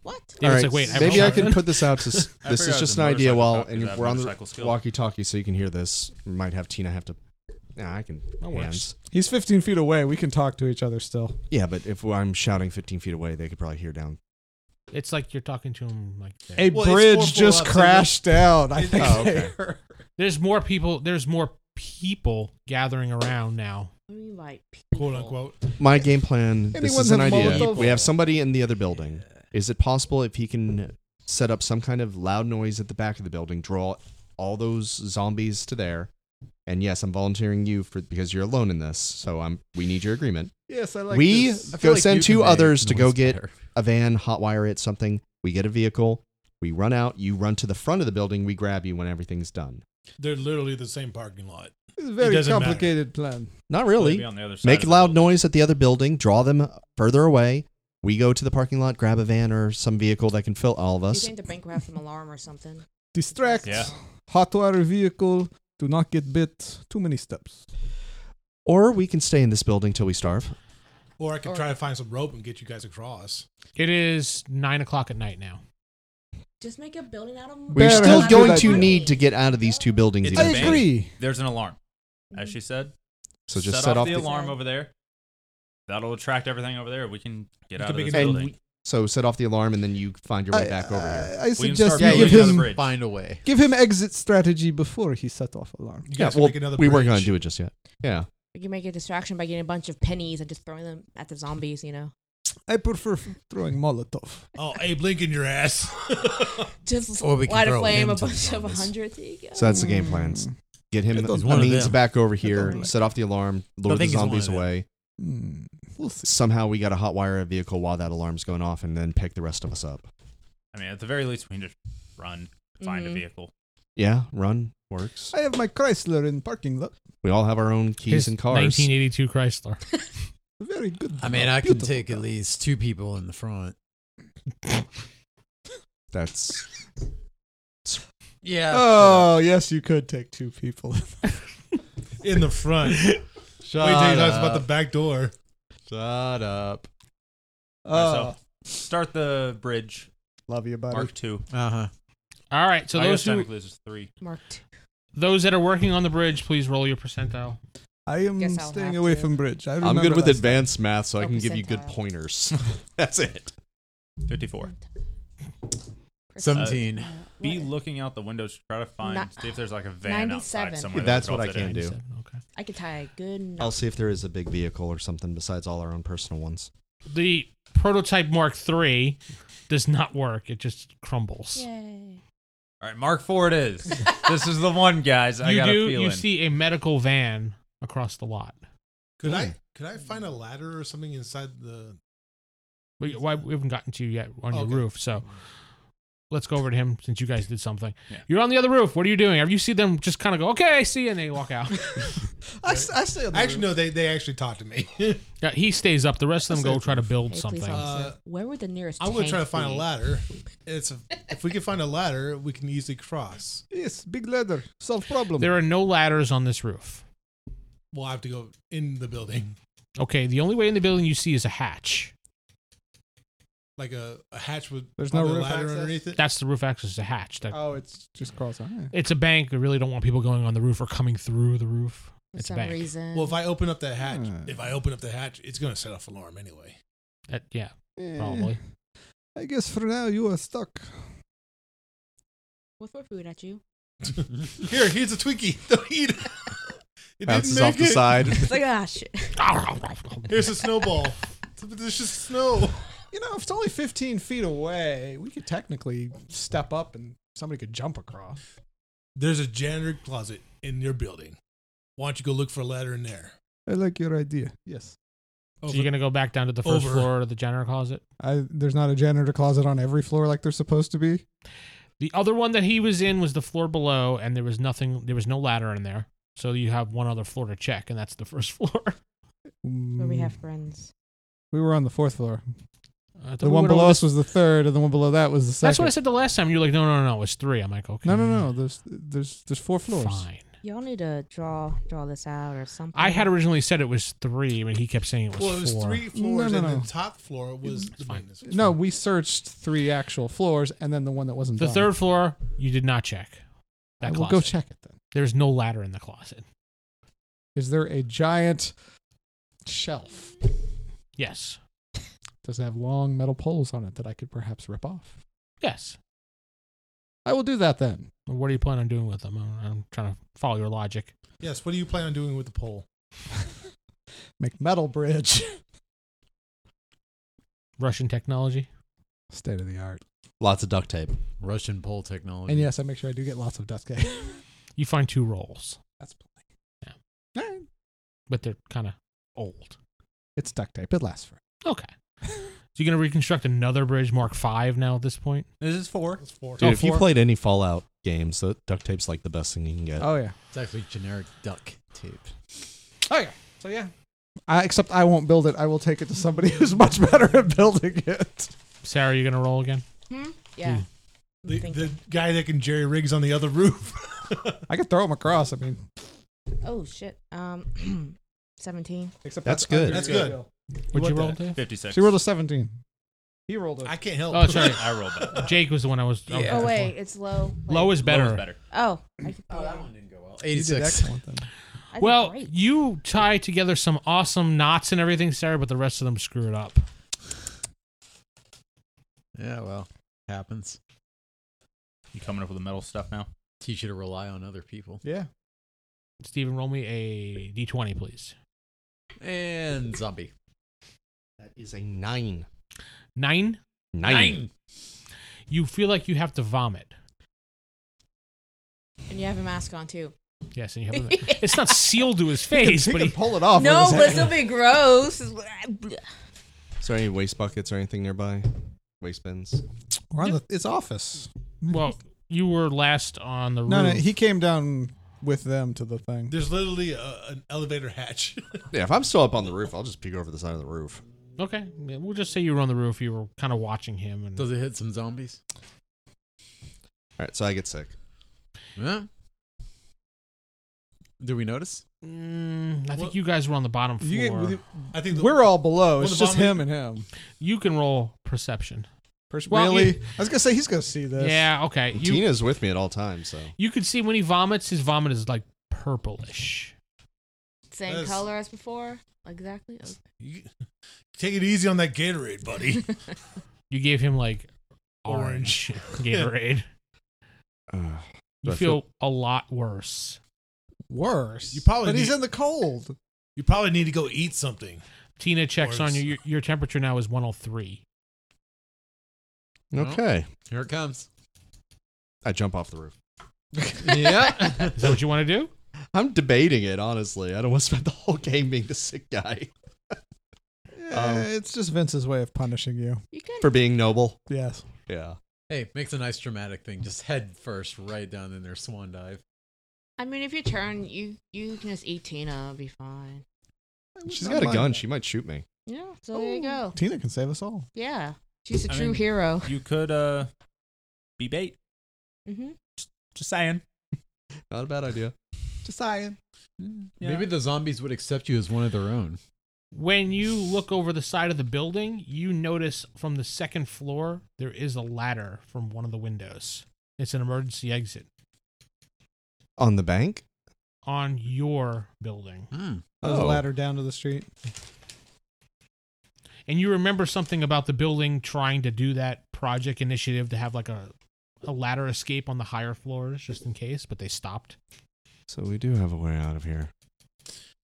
[SPEAKER 7] what?
[SPEAKER 2] Yeah,
[SPEAKER 3] All
[SPEAKER 2] it's
[SPEAKER 3] right,
[SPEAKER 2] like, wait, I have a
[SPEAKER 3] maybe I can
[SPEAKER 2] shotgun?
[SPEAKER 3] put this out. To, s-
[SPEAKER 6] I
[SPEAKER 3] this
[SPEAKER 6] figured
[SPEAKER 3] is
[SPEAKER 6] out
[SPEAKER 3] just
[SPEAKER 6] the
[SPEAKER 3] an idea.
[SPEAKER 6] motorcycle
[SPEAKER 3] While
[SPEAKER 6] talk, 'cause
[SPEAKER 3] and
[SPEAKER 6] I have
[SPEAKER 3] we're on
[SPEAKER 6] motorcycle
[SPEAKER 3] the
[SPEAKER 6] skill.
[SPEAKER 3] walkie-talkie, so you can hear this. We might have Tina have to. Nah, I can.
[SPEAKER 2] That works.
[SPEAKER 3] hands.
[SPEAKER 10] He's 15 feet away. We can talk to each other still.
[SPEAKER 3] Yeah, but if I'm shouting 15 feet away, they could probably hear down.
[SPEAKER 2] It's like you're talking to him like there.
[SPEAKER 10] A
[SPEAKER 5] Well, it's four
[SPEAKER 10] bridge
[SPEAKER 5] full
[SPEAKER 10] just
[SPEAKER 5] up, so
[SPEAKER 10] crashed
[SPEAKER 3] eh?
[SPEAKER 10] down. I
[SPEAKER 5] it-
[SPEAKER 10] think
[SPEAKER 5] Oh,
[SPEAKER 10] they
[SPEAKER 3] okay.
[SPEAKER 10] heard.
[SPEAKER 2] There's more people. There's more people gathering around now.
[SPEAKER 7] What do you mean, like
[SPEAKER 5] Quote
[SPEAKER 7] people?
[SPEAKER 5] unquote.
[SPEAKER 3] My game plan. This
[SPEAKER 10] Anyone
[SPEAKER 3] is an
[SPEAKER 10] have
[SPEAKER 3] idea.
[SPEAKER 10] Molotov?
[SPEAKER 3] We have somebody in the other building. Is it possible if he can set up some kind of loud noise at the back of the building, draw all those zombies to there? And yes, I'm volunteering you for because you're alone in this, so I'm. We need your agreement.
[SPEAKER 10] Yes, I like
[SPEAKER 3] We-
[SPEAKER 10] this.
[SPEAKER 8] I feel
[SPEAKER 3] Go
[SPEAKER 8] like
[SPEAKER 3] send
[SPEAKER 8] you
[SPEAKER 3] two
[SPEAKER 8] can make
[SPEAKER 3] others to go
[SPEAKER 8] noise
[SPEAKER 3] get-
[SPEAKER 8] better.
[SPEAKER 3] a van, hotwire it, something. We get a vehicle. We run out. You run to the front of the building. We grab you when everything's done.
[SPEAKER 5] They're literally the same parking lot.
[SPEAKER 10] It's a very
[SPEAKER 5] doesn't matter.
[SPEAKER 10] complicated plan.
[SPEAKER 3] Not
[SPEAKER 6] They'll be
[SPEAKER 3] really.
[SPEAKER 6] on the other side
[SPEAKER 3] Make
[SPEAKER 6] of
[SPEAKER 3] a
[SPEAKER 6] the
[SPEAKER 3] loud
[SPEAKER 6] building.
[SPEAKER 3] noise at the other building. Draw them further away. We go to the parking lot, grab a van or some vehicle that can fill all of
[SPEAKER 7] You
[SPEAKER 3] us.
[SPEAKER 7] think the bank would have some alarm or something?
[SPEAKER 10] Distract.
[SPEAKER 6] Yeah.
[SPEAKER 10] Hot water vehicle. Do not get bit. Too many steps.
[SPEAKER 3] Or we can stay in this building till we starve.
[SPEAKER 5] Or I could try to find some rope and get you guys across.
[SPEAKER 2] It is nine o'clock at night now.
[SPEAKER 7] Just make a building out of
[SPEAKER 3] We're
[SPEAKER 10] Bear
[SPEAKER 3] still
[SPEAKER 10] has good
[SPEAKER 3] going to
[SPEAKER 10] idea.
[SPEAKER 3] need to get out of these two buildings.
[SPEAKER 6] It's a
[SPEAKER 10] I
[SPEAKER 6] van.
[SPEAKER 3] eventually.
[SPEAKER 10] agree.
[SPEAKER 6] There's an alarm, as she said.
[SPEAKER 3] So just set off
[SPEAKER 6] the,
[SPEAKER 3] the-
[SPEAKER 6] alarm over there. That'll attract everything over there. We can get
[SPEAKER 5] We
[SPEAKER 6] out
[SPEAKER 5] can
[SPEAKER 6] of
[SPEAKER 5] make
[SPEAKER 6] this
[SPEAKER 5] an-
[SPEAKER 3] And
[SPEAKER 6] building.
[SPEAKER 3] we- so set off the alarm and then you find your way
[SPEAKER 10] I-
[SPEAKER 3] back over here.
[SPEAKER 10] I, I
[SPEAKER 6] We can
[SPEAKER 10] suggest
[SPEAKER 6] start
[SPEAKER 10] we
[SPEAKER 6] building
[SPEAKER 10] give
[SPEAKER 6] another
[SPEAKER 10] him
[SPEAKER 6] bridge.
[SPEAKER 4] Find a way.
[SPEAKER 10] give him exit strategy before he set off alarm.
[SPEAKER 5] You
[SPEAKER 3] Yeah,
[SPEAKER 5] guys can
[SPEAKER 3] well,
[SPEAKER 5] make another
[SPEAKER 3] we weren't
[SPEAKER 5] bridge.
[SPEAKER 3] going to do it just yet. Yeah.
[SPEAKER 7] We can make a distraction by getting a bunch of pennies and just throwing them at the zombies, you know?
[SPEAKER 10] I prefer f- throwing Molotov.
[SPEAKER 5] Oh, Abe Lincoln, your ass.
[SPEAKER 7] Just
[SPEAKER 8] Or we can
[SPEAKER 7] light a
[SPEAKER 8] throw
[SPEAKER 7] flame, a
[SPEAKER 8] into the
[SPEAKER 7] bunch of a
[SPEAKER 8] zombies.
[SPEAKER 7] hundred. There you go.
[SPEAKER 3] So that's the
[SPEAKER 10] Hmm.
[SPEAKER 3] game plan. S-
[SPEAKER 10] Mm.
[SPEAKER 3] Get him
[SPEAKER 8] I thought
[SPEAKER 3] the
[SPEAKER 8] he's one of
[SPEAKER 3] means
[SPEAKER 8] them.
[SPEAKER 3] back over
[SPEAKER 8] I
[SPEAKER 3] here,
[SPEAKER 8] thought-
[SPEAKER 3] set off the alarm,
[SPEAKER 8] I
[SPEAKER 3] lure the
[SPEAKER 8] think he's one
[SPEAKER 3] zombies
[SPEAKER 8] of them.
[SPEAKER 3] away.
[SPEAKER 10] Hmm. We'll see.
[SPEAKER 3] Somehow we got to hotwire a vehicle while that alarm's going off and then pick the rest of us up.
[SPEAKER 6] I mean, at the very least, we can just run, find
[SPEAKER 2] Mm-hmm.
[SPEAKER 7] Mhm.
[SPEAKER 6] a vehicle.
[SPEAKER 3] Yeah, run works.
[SPEAKER 10] I have my Chrysler in parking lot.
[SPEAKER 3] We all have our own keys
[SPEAKER 2] His
[SPEAKER 3] and cars.
[SPEAKER 2] 1982 Chrysler.
[SPEAKER 10] Very good.
[SPEAKER 8] I mean,
[SPEAKER 10] car,
[SPEAKER 8] I can
[SPEAKER 10] beautiful
[SPEAKER 8] take at
[SPEAKER 10] car.
[SPEAKER 8] least two people in the front.
[SPEAKER 3] That's
[SPEAKER 4] Yeah.
[SPEAKER 10] Oh yes, you could take two people.
[SPEAKER 5] in the front. Wait till
[SPEAKER 4] shut
[SPEAKER 5] you
[SPEAKER 4] up.
[SPEAKER 5] guys about the back door.
[SPEAKER 4] shut up.
[SPEAKER 10] Uh,
[SPEAKER 6] Start the bridge.
[SPEAKER 10] love you, buddy.
[SPEAKER 6] Mark two.
[SPEAKER 8] Uh huh.
[SPEAKER 2] All right. So
[SPEAKER 6] I guess
[SPEAKER 2] those who,
[SPEAKER 6] technically this is three.
[SPEAKER 7] Marked.
[SPEAKER 2] those that are working on the bridge, please roll your percentile.
[SPEAKER 10] I am
[SPEAKER 7] Guess I'll
[SPEAKER 10] staying
[SPEAKER 7] have
[SPEAKER 10] away
[SPEAKER 7] to.
[SPEAKER 10] from bridge. I
[SPEAKER 3] I'm good
[SPEAKER 10] remember
[SPEAKER 3] with
[SPEAKER 10] last time.
[SPEAKER 3] advanced math, so I
[SPEAKER 7] Oh,
[SPEAKER 3] can give you good
[SPEAKER 7] percentile.
[SPEAKER 3] pointers. That's it.
[SPEAKER 6] 54.
[SPEAKER 8] Seventeen.
[SPEAKER 7] Uh,
[SPEAKER 6] Be
[SPEAKER 7] what?
[SPEAKER 6] looking out the windows to try to find,
[SPEAKER 7] Ni-
[SPEAKER 6] see if there's like a van outside
[SPEAKER 7] 97.
[SPEAKER 6] somewhere.
[SPEAKER 3] That's
[SPEAKER 6] that we
[SPEAKER 3] what I
[SPEAKER 6] all fit in.
[SPEAKER 3] can do.
[SPEAKER 2] 97, Okay.
[SPEAKER 7] I could tie a good knot.
[SPEAKER 3] I'll see if there is a big vehicle or something besides all our own personal ones.
[SPEAKER 2] The prototype Mark III does not work. It just crumbles.
[SPEAKER 7] Yay.
[SPEAKER 6] All right, Mark Four it is. this is the one, guys. I
[SPEAKER 2] you
[SPEAKER 6] got
[SPEAKER 2] do.
[SPEAKER 6] a feeling.
[SPEAKER 2] You see a medical van across the lot.
[SPEAKER 5] Could I could I find a ladder or something inside the
[SPEAKER 2] We, why, we haven't gotten to you yet on
[SPEAKER 5] Okay.
[SPEAKER 2] your roof, so let's go over to him since you guys did something.
[SPEAKER 6] Yeah.
[SPEAKER 2] You're on the other roof. What are you doing? Have you seen them just kind of go, okay, I see, you," and they walk out?
[SPEAKER 10] I, s- I stay on the
[SPEAKER 5] Actually
[SPEAKER 10] roof.
[SPEAKER 5] no, they they actually talked to me.
[SPEAKER 2] yeah, he stays up. The rest of them
[SPEAKER 5] That's
[SPEAKER 2] go
[SPEAKER 5] it.
[SPEAKER 2] try to build
[SPEAKER 7] Hey,
[SPEAKER 2] something.
[SPEAKER 7] police officer,
[SPEAKER 5] Uh,
[SPEAKER 7] where would the nearest
[SPEAKER 5] I'm gonna try to
[SPEAKER 7] tank
[SPEAKER 5] find a
[SPEAKER 7] be?
[SPEAKER 5] ladder. It's if we can find a ladder, we can easily cross.
[SPEAKER 10] Yes, big ladder. Solve problem.
[SPEAKER 2] There are no ladders on this roof.
[SPEAKER 5] We'll have to go in the building.
[SPEAKER 2] Okay, the only way in the building you see is a hatch.
[SPEAKER 5] Like a, a hatch with
[SPEAKER 10] There's
[SPEAKER 5] probably
[SPEAKER 10] no
[SPEAKER 5] a
[SPEAKER 10] roof
[SPEAKER 5] ladder
[SPEAKER 10] access?
[SPEAKER 5] underneath it.
[SPEAKER 2] That's the roof access is a hatch. That,
[SPEAKER 10] oh, it's just cross. Ah,
[SPEAKER 2] It's a bank. We really don't want people going on the roof or coming through the roof.
[SPEAKER 7] For
[SPEAKER 2] It's
[SPEAKER 7] some
[SPEAKER 2] back.
[SPEAKER 7] reason.
[SPEAKER 5] Well, if I open up that hatch,
[SPEAKER 10] Hmm.
[SPEAKER 5] if I open up the hatch, it's gonna set off alarm anyway.
[SPEAKER 2] That, yeah,
[SPEAKER 10] eh.
[SPEAKER 2] probably.
[SPEAKER 10] I guess for now you are stuck.
[SPEAKER 7] We'll throw food at you.
[SPEAKER 5] Here, here's a Twinkie. Don't eat. it. It
[SPEAKER 3] Bounces
[SPEAKER 5] didn't
[SPEAKER 3] off the
[SPEAKER 5] make it.
[SPEAKER 3] side.
[SPEAKER 7] It's like, ah, shit.
[SPEAKER 5] Here's a snowball. There's just snow.
[SPEAKER 10] You know, if it's only 15 feet away, we could technically step up and somebody could jump across.
[SPEAKER 5] There's a janitor closet in your building. Why don't you go look for a ladder in there?
[SPEAKER 10] I like your idea. Yes.
[SPEAKER 2] So you're gonna go back down to the first
[SPEAKER 5] Over.
[SPEAKER 2] floor of the janitor closet.
[SPEAKER 10] I, there's not a janitor closet on every floor like there's supposed to be.
[SPEAKER 2] The other one that he was in was the floor below, and there was nothing. There was no ladder in there, so you have one other floor to check, and that's the first floor.
[SPEAKER 7] Where we
[SPEAKER 10] Mm,
[SPEAKER 7] have friends.
[SPEAKER 10] we were on the fourth floor.
[SPEAKER 2] I thought
[SPEAKER 10] The
[SPEAKER 2] we
[SPEAKER 10] one
[SPEAKER 2] went over
[SPEAKER 10] below
[SPEAKER 2] this-
[SPEAKER 10] us was the third, and the one below that was the second.
[SPEAKER 2] That's what I said the last time. You're like, no, no, no, no, it's three. I'm like, okay,
[SPEAKER 10] No, no, no. There's there's there's four floors.
[SPEAKER 2] Mm. fine.
[SPEAKER 7] Y'all need to draw draw this out or something.
[SPEAKER 2] I had originally said it was three, but he kept saying it was
[SPEAKER 5] Well, it was
[SPEAKER 2] four.
[SPEAKER 5] three floors,
[SPEAKER 10] No, no,
[SPEAKER 5] and
[SPEAKER 10] no.
[SPEAKER 5] the top floor was the
[SPEAKER 2] fine.
[SPEAKER 5] maintenance.
[SPEAKER 10] No, we searched three actual floors, and then the one that wasn't
[SPEAKER 2] The
[SPEAKER 10] done.
[SPEAKER 2] third floor, you did not check. That
[SPEAKER 10] We'll
[SPEAKER 2] closet.
[SPEAKER 10] go check it then.
[SPEAKER 2] There's no ladder in the closet.
[SPEAKER 10] Is there a giant shelf?
[SPEAKER 2] Yes.
[SPEAKER 10] Does it have long metal poles on it that I could perhaps rip off?
[SPEAKER 2] Yes.
[SPEAKER 10] I will do that then.
[SPEAKER 2] Well, What are you planning on doing with them? I'm, I'm trying to follow your logic.
[SPEAKER 5] Yes. What do you plan on doing with the pole?
[SPEAKER 10] Make metal bridge.
[SPEAKER 2] Russian technology.
[SPEAKER 10] State of the art.
[SPEAKER 3] Lots of duct tape.
[SPEAKER 8] Russian pole
[SPEAKER 2] Oh,
[SPEAKER 8] technology.
[SPEAKER 10] And yes, I make sure I do get lots of dust cake.
[SPEAKER 2] You find two rolls,
[SPEAKER 10] That's plenty. Yeah. All right.
[SPEAKER 2] but they're kind of old.
[SPEAKER 10] It's duct tape. It lasts for.
[SPEAKER 2] Okay. So you're gonna reconstruct another bridge, Mark Five, now at this point.
[SPEAKER 6] This is four.
[SPEAKER 5] That's four.
[SPEAKER 3] Dude,
[SPEAKER 2] Oh,
[SPEAKER 3] if you
[SPEAKER 2] four.
[SPEAKER 3] played any Fallout games, the duct tape's like the best thing you can get.
[SPEAKER 10] Oh yeah.
[SPEAKER 8] It's actually generic duck tape.
[SPEAKER 10] Oh yeah. So yeah. I, except I won't build it. I will take it to somebody who's much better at building it.
[SPEAKER 2] Sarah, you gonna roll again?
[SPEAKER 7] Hmm? Yeah.
[SPEAKER 5] The, the guy that can jerry rigs on the other roof.
[SPEAKER 10] I could throw him across. I mean,
[SPEAKER 7] Oh shit. Um, seventeen.
[SPEAKER 10] except
[SPEAKER 3] That's good.
[SPEAKER 5] That's good.
[SPEAKER 2] Would you roll,
[SPEAKER 5] that?
[SPEAKER 2] Dave?
[SPEAKER 6] 56.
[SPEAKER 10] She rolled a seventeen. He rolled a
[SPEAKER 5] I can't help.
[SPEAKER 2] Oh, sorry.
[SPEAKER 6] I rolled that.
[SPEAKER 2] Jake was the one I was. I was
[SPEAKER 7] Oh
[SPEAKER 2] looking
[SPEAKER 7] wait, it's low.
[SPEAKER 2] for. Low is better.
[SPEAKER 6] Low is better.
[SPEAKER 7] Oh, I could oh,
[SPEAKER 8] didn't go well.
[SPEAKER 10] You did
[SPEAKER 8] 86.
[SPEAKER 10] excellent then.
[SPEAKER 7] I did
[SPEAKER 2] Well,
[SPEAKER 7] great.
[SPEAKER 2] you tie together some awesome knots and everything, Sarah, but the rest of them screw it up.
[SPEAKER 9] Yeah, well, happens.
[SPEAKER 6] You coming up with the metal stuff now?
[SPEAKER 8] Teach you to rely on other people.
[SPEAKER 10] Yeah.
[SPEAKER 2] Steven, roll me a d20, please.
[SPEAKER 8] And zombie.
[SPEAKER 3] That is a nine.
[SPEAKER 2] Nine.
[SPEAKER 3] Nine.
[SPEAKER 2] You feel like you have to vomit.
[SPEAKER 7] and you have a mask on too.
[SPEAKER 2] Yes, and you have. A, it's not sealed to his face,
[SPEAKER 10] He
[SPEAKER 2] but
[SPEAKER 10] could
[SPEAKER 2] he,
[SPEAKER 10] pull it off.
[SPEAKER 7] no,
[SPEAKER 10] with his
[SPEAKER 7] but
[SPEAKER 10] hand.
[SPEAKER 7] it'll be gross.
[SPEAKER 3] Is there any waste buckets or anything nearby? Waste bins.
[SPEAKER 10] We're on the, it's office.
[SPEAKER 2] well, you were last on the roof.
[SPEAKER 10] No, no, he came down with them to the thing.
[SPEAKER 5] There's literally a, an elevator hatch.
[SPEAKER 3] Yeah, if I'm still up on the roof, I'll just peek over the side of the roof.
[SPEAKER 2] okay, yeah, we'll just say you were on the roof. You were kind of watching him, and
[SPEAKER 8] Does it hit some zombies?
[SPEAKER 3] All right, so I get sick.
[SPEAKER 8] Yeah. Do we notice?
[SPEAKER 2] Mm, I think
[SPEAKER 5] What-
[SPEAKER 2] you guys were on the bottom floor. You,
[SPEAKER 5] I think the,
[SPEAKER 10] We're all below.
[SPEAKER 5] Well,
[SPEAKER 10] It's
[SPEAKER 5] the
[SPEAKER 10] just
[SPEAKER 5] vomit-
[SPEAKER 10] him and him.
[SPEAKER 2] can roll perception.
[SPEAKER 10] Pers-
[SPEAKER 2] Well,
[SPEAKER 10] really?
[SPEAKER 2] you-
[SPEAKER 10] I was gonna say he's gonna see this.
[SPEAKER 2] Yeah, okay. You
[SPEAKER 3] Tina's with me at all times, so
[SPEAKER 2] you can see when he vomits, his vomit is like purplish.
[SPEAKER 7] Same
[SPEAKER 5] That's-
[SPEAKER 7] color as before. Exactly. Okay.
[SPEAKER 5] You- take it easy on that Gatorade, buddy.
[SPEAKER 2] You gave him like orange
[SPEAKER 5] Orange.
[SPEAKER 2] Gatorade.
[SPEAKER 3] Do Uh,
[SPEAKER 2] you
[SPEAKER 3] I
[SPEAKER 2] feel a lot worse.
[SPEAKER 10] Worse.
[SPEAKER 5] You probably
[SPEAKER 10] But he's
[SPEAKER 5] need-
[SPEAKER 10] in the cold.
[SPEAKER 5] you probably need to go eat something.
[SPEAKER 2] Tina checks on you. Your, your temperature now is 103.
[SPEAKER 3] okay.
[SPEAKER 8] Here it comes.
[SPEAKER 3] I jump off the roof.
[SPEAKER 8] yeah.
[SPEAKER 2] Is that what you want to do?
[SPEAKER 3] I'm debating it honestly. I don't want to spend the whole game being the sick guy
[SPEAKER 10] Eh, it's just Vince's way of punishing you.
[SPEAKER 7] You could.
[SPEAKER 3] for being noble.
[SPEAKER 10] Yes.
[SPEAKER 3] Yeah.
[SPEAKER 8] Hey, makes a nice dramatic thing. Just head first, right down in there, swan dive.
[SPEAKER 7] I mean, if you turn, you you can just eat Tina. It'll be fine.
[SPEAKER 3] She's got a gun. She might shoot me.
[SPEAKER 7] Yeah. So there you go.
[SPEAKER 10] Tina can save us all.
[SPEAKER 7] Yeah. She's a
[SPEAKER 6] I
[SPEAKER 7] true
[SPEAKER 6] mean-
[SPEAKER 7] hero.
[SPEAKER 6] You could uh be bait.
[SPEAKER 7] hmm
[SPEAKER 6] Just saying.
[SPEAKER 3] Not a bad idea.
[SPEAKER 10] Just saying.
[SPEAKER 8] Maybe the zombies would accept you as one of their own.
[SPEAKER 2] When you look over the side of the building, you notice from the second floor there is a ladder from one of the windows. It's an emergency exit
[SPEAKER 3] On the bank?
[SPEAKER 2] on your building.
[SPEAKER 8] Hmm.
[SPEAKER 10] There's a ladder down to the street.
[SPEAKER 2] And you remember something about the building trying to do that project initiative to have like a a ladder escape on the higher floors just in case, but they stopped.
[SPEAKER 3] Oh, So we do have a way out of here.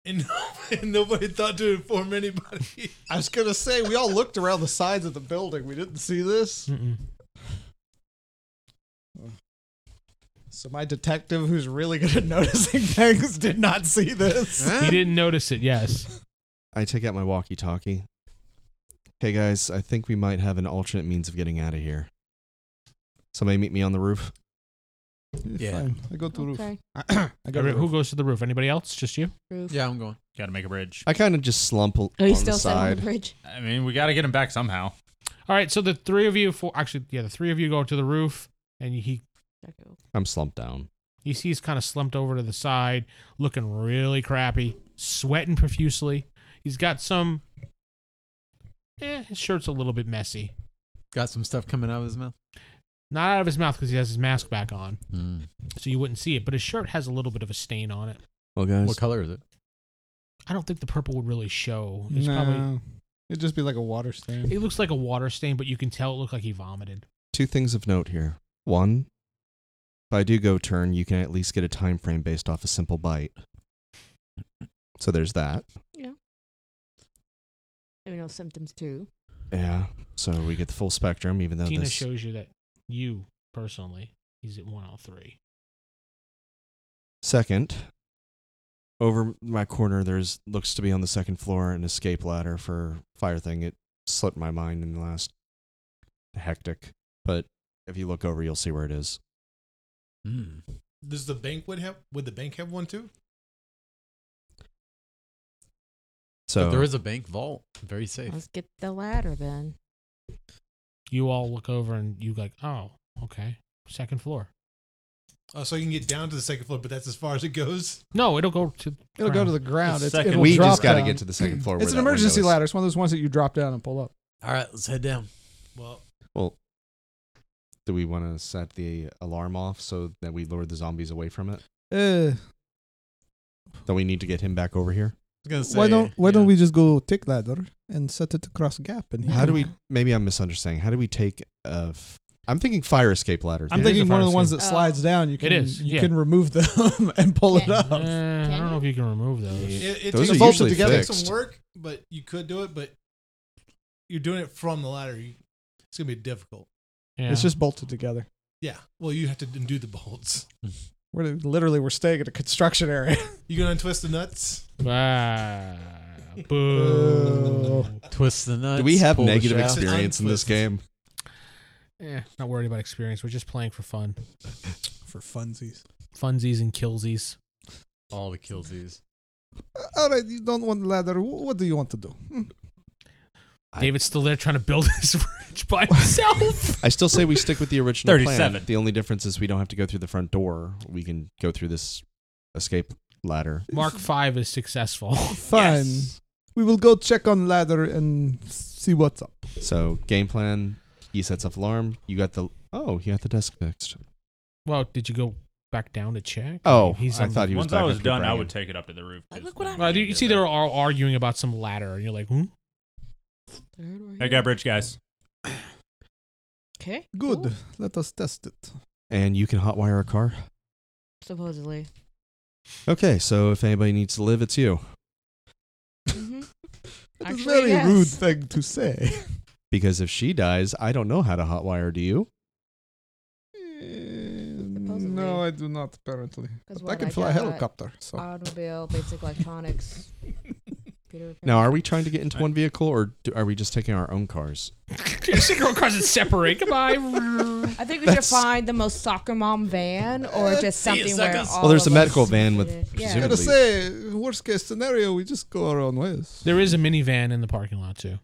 [SPEAKER 5] And, and nobody thought to inform anybody.
[SPEAKER 10] I was gonna say we all looked around the sides of the building. We didn't see this.
[SPEAKER 2] Mm-mm.
[SPEAKER 10] So my detective, who's really good at noticing things, did not see this.
[SPEAKER 2] He didn't notice it. Yes.
[SPEAKER 3] I take out my walkie talkie. Hey guys, I think we might have an alternate means of getting out of here. Somebody meet me on the roof.
[SPEAKER 8] Yeah.
[SPEAKER 10] Fine. I go to the roof.
[SPEAKER 7] Okay.
[SPEAKER 10] I go to the
[SPEAKER 2] Who
[SPEAKER 10] roof.
[SPEAKER 2] goes to the roof? Anybody else? Just you?
[SPEAKER 7] Proof.
[SPEAKER 8] Yeah, I'm going.
[SPEAKER 6] Got to make a bridge.
[SPEAKER 3] I kind of just slump al-
[SPEAKER 7] Are Oh, you
[SPEAKER 3] on
[SPEAKER 7] still
[SPEAKER 3] the
[SPEAKER 7] sitting on the
[SPEAKER 3] side.
[SPEAKER 7] bridge?
[SPEAKER 6] I mean, we got to get him back somehow.
[SPEAKER 2] All right. So the three of you, four, actually, yeah, the three of you go to the roof, and he
[SPEAKER 7] Okay.
[SPEAKER 3] I'm slumped down.
[SPEAKER 2] he sees kind of slumped over to the side, looking really crappy, sweating profusely. He's got some. Eh, his shirt's a little bit messy.
[SPEAKER 8] Got some stuff coming out of his mouth.
[SPEAKER 2] Not out of his mouth because he has his mask back on,
[SPEAKER 8] Hmm.
[SPEAKER 2] so you wouldn't see it. But his shirt has a little bit of a stain on it.
[SPEAKER 3] Well, guys,
[SPEAKER 8] What color is it?
[SPEAKER 2] I don't think the purple would really show. It's probably
[SPEAKER 10] No, it'd just be like a water stain.
[SPEAKER 2] it looks like a water stain, but you can tell it looked like he vomited.
[SPEAKER 3] two things of note here. One, if I do go turn, you can at least get a time frame based off a simple bite. So there's that.
[SPEAKER 7] There were no symptoms too.
[SPEAKER 3] Yeah. So we get the full spectrum, even
[SPEAKER 10] Oh,
[SPEAKER 3] though
[SPEAKER 2] Tina
[SPEAKER 3] this.
[SPEAKER 2] shows you that you personally, he's at one out of three.
[SPEAKER 3] Second, over my corner, there's looks to be on the second floor an escape ladder for fire thing. It slipped my mind in the last hectic, but if you look over, you'll see where it is.
[SPEAKER 8] Mm.
[SPEAKER 5] Does the bank would have? Would the bank have one too?
[SPEAKER 3] So
[SPEAKER 8] but there is a bank vault, very safe.
[SPEAKER 7] Let's get the ladder then.
[SPEAKER 2] You all look over and you like, oh, okay, second floor.
[SPEAKER 5] Oh, so you can get down to the second floor, but that's as far as it goes.
[SPEAKER 2] No, it'll go to.
[SPEAKER 10] It'll go to the ground. It's,
[SPEAKER 5] second-
[SPEAKER 10] it'll
[SPEAKER 5] We
[SPEAKER 10] drop
[SPEAKER 5] just gotta
[SPEAKER 10] down.
[SPEAKER 5] get to the second floor
[SPEAKER 10] It's
[SPEAKER 5] where
[SPEAKER 10] an
[SPEAKER 5] that window
[SPEAKER 10] emergency
[SPEAKER 5] is.
[SPEAKER 10] ladder. It's one of those ones that you drop down and pull up.
[SPEAKER 8] All right, let's head down.
[SPEAKER 5] Well,
[SPEAKER 3] well, do we want to set the alarm off so that we lure the zombies away from it?
[SPEAKER 10] Uh,
[SPEAKER 3] Don't we need to get him back over here?
[SPEAKER 10] why don't Why don't we just go take ladder and set it across gap? And he
[SPEAKER 3] How
[SPEAKER 10] can-
[SPEAKER 3] do we? Maybe I'm misunderstanding. How do we take a? F- I'm thinking fire escape ladder.
[SPEAKER 10] I'm thinking one of the ones that slides down. You
[SPEAKER 3] It
[SPEAKER 10] can
[SPEAKER 3] is,
[SPEAKER 10] you
[SPEAKER 3] yeah.
[SPEAKER 10] can remove them and pull it up.
[SPEAKER 2] I don't know if you can remove those.
[SPEAKER 5] It, it
[SPEAKER 3] Those
[SPEAKER 5] takes
[SPEAKER 3] are
[SPEAKER 5] some-
[SPEAKER 3] usually
[SPEAKER 5] it takes
[SPEAKER 3] fixed.
[SPEAKER 5] some work, but you could do it. But you're doing it from the ladder. You, it's gonna be difficult.
[SPEAKER 10] It's just bolted together.
[SPEAKER 5] Yeah. Well, you have to undo the bolts.
[SPEAKER 10] We're literally we're staying at a construction area.
[SPEAKER 5] You gonna untwist the nuts?
[SPEAKER 2] Ah, boo.
[SPEAKER 8] Twist the nuts.
[SPEAKER 3] Do we have
[SPEAKER 8] pull the
[SPEAKER 3] negative
[SPEAKER 8] shaft.
[SPEAKER 3] experience in this game?
[SPEAKER 2] Eh, not worried about experience. We're just playing for fun,
[SPEAKER 10] for funsies.
[SPEAKER 2] funsies and killsies.
[SPEAKER 8] All the killsies.
[SPEAKER 10] All right, you don't want ladder. Wh- What do you want to do? Hmm.
[SPEAKER 2] David's still there trying to build his bridge by himself.
[SPEAKER 3] I still say we stick with the original
[SPEAKER 6] 37.
[SPEAKER 3] plan. The only difference is we don't have to go through the front door. We can go through this escape ladder.
[SPEAKER 2] Mark Five is successful.
[SPEAKER 10] Fine. We will go check on ladder and see what's up.
[SPEAKER 3] So game plan. He sets up alarm. You got the. Oh, you got the desk fixed.
[SPEAKER 2] Well, did you go back down to check?
[SPEAKER 3] Oh, I
[SPEAKER 2] on-
[SPEAKER 3] thought he was.
[SPEAKER 6] Once I
[SPEAKER 3] back
[SPEAKER 6] was
[SPEAKER 3] up to
[SPEAKER 6] done, I
[SPEAKER 3] bragging.
[SPEAKER 6] would take it up to the roof. 'cause
[SPEAKER 2] Well, Uh, you, you see, they were all arguing about some ladder, and you're like, hmm?
[SPEAKER 6] I got bridge, guys.
[SPEAKER 7] Okay.
[SPEAKER 10] Good. Let us test it.
[SPEAKER 3] And you can hotwire a car.
[SPEAKER 7] Supposedly.
[SPEAKER 3] Okay, so if anybody needs to live, it's you.
[SPEAKER 10] It's a
[SPEAKER 7] Mm-hmm. Actually,
[SPEAKER 10] very
[SPEAKER 7] yes.
[SPEAKER 10] rude thing to say.
[SPEAKER 3] Because if she dies, I don't know how to hotwire. Do you?
[SPEAKER 10] Mm, no, I do not. Apparently,
[SPEAKER 7] 'Cause
[SPEAKER 10] but I
[SPEAKER 7] what
[SPEAKER 10] can fly a
[SPEAKER 7] got?
[SPEAKER 10] helicopter. So
[SPEAKER 7] Automobile, basic electronics. computer repair.
[SPEAKER 3] Now, are we trying to get into one vehicle, or do, are we just taking our own cars?
[SPEAKER 2] Single cars that separate. Goodbye.
[SPEAKER 7] I think we
[SPEAKER 3] That's-
[SPEAKER 7] should find the most soccer mom van or just
[SPEAKER 10] See ya,
[SPEAKER 7] something where
[SPEAKER 10] suckers.
[SPEAKER 7] all
[SPEAKER 3] well, there's a
[SPEAKER 7] of
[SPEAKER 3] medical
[SPEAKER 7] us-
[SPEAKER 3] van with.
[SPEAKER 7] Yeah.
[SPEAKER 10] I gotta say, worst case scenario, we just go our own ways.
[SPEAKER 2] There is a minivan in the parking lot, too.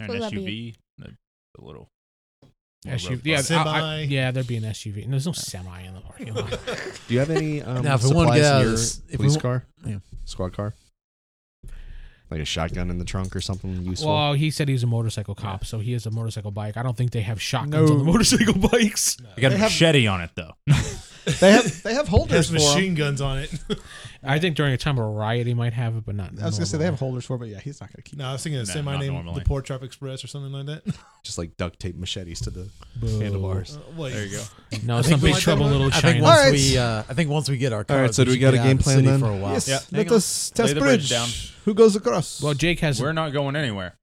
[SPEAKER 6] An
[SPEAKER 7] What would that be?
[SPEAKER 6] SUV, a, a little. or a
[SPEAKER 2] SUV.
[SPEAKER 6] road
[SPEAKER 2] Yeah,
[SPEAKER 6] bus.
[SPEAKER 2] I- I- yeah, there'd be an SUV. And there's no semi in the parking lot.
[SPEAKER 3] Do you have any um,
[SPEAKER 8] Now, if we wanna
[SPEAKER 3] supplies
[SPEAKER 8] get out
[SPEAKER 3] in
[SPEAKER 8] of
[SPEAKER 3] your
[SPEAKER 8] this- if we
[SPEAKER 3] police
[SPEAKER 8] wa-
[SPEAKER 3] car?
[SPEAKER 8] Yeah.
[SPEAKER 3] Squad car? Like a shotgun in the trunk or something useful?
[SPEAKER 2] Well, he said he's a motorcycle cop, so he has a motorcycle bike. I don't think they have shotguns on the motorcycle bikes.
[SPEAKER 6] I got a
[SPEAKER 2] They have-
[SPEAKER 6] machete on it though.
[SPEAKER 10] They have they have holders
[SPEAKER 5] There's
[SPEAKER 10] for
[SPEAKER 5] machine
[SPEAKER 10] 'em.
[SPEAKER 5] guns on it.
[SPEAKER 2] I think during a time of a riot, he might have it, but not.
[SPEAKER 10] I was gonna say
[SPEAKER 2] normal.
[SPEAKER 10] they have holders for, 'em, but yeah, he's not gonna keep.
[SPEAKER 5] no, I was thinking of
[SPEAKER 6] Nah,
[SPEAKER 5] semi
[SPEAKER 6] not
[SPEAKER 5] name
[SPEAKER 6] normally.
[SPEAKER 5] the Port Trap Express or something like that.
[SPEAKER 3] Just like duct tape machetes to the
[SPEAKER 2] Boo.
[SPEAKER 3] handlebars.
[SPEAKER 5] Uh, wait.
[SPEAKER 6] There you go.
[SPEAKER 2] No,
[SPEAKER 8] I
[SPEAKER 2] it's
[SPEAKER 8] think
[SPEAKER 2] not Big
[SPEAKER 8] we-
[SPEAKER 2] Trouble in Little
[SPEAKER 8] I
[SPEAKER 2] China.
[SPEAKER 8] think once
[SPEAKER 10] Alright.
[SPEAKER 8] we, uh, I think once we get our car,
[SPEAKER 3] Alright, so do we got a game plan then?
[SPEAKER 8] for a while.
[SPEAKER 10] Yes,
[SPEAKER 6] Yeah.
[SPEAKER 10] let
[SPEAKER 6] Hang on.
[SPEAKER 10] us test
[SPEAKER 6] Lay the
[SPEAKER 10] bridge.
[SPEAKER 6] bridge down.
[SPEAKER 10] Who goes across?
[SPEAKER 2] well, Jake has
[SPEAKER 6] We're not going anywhere.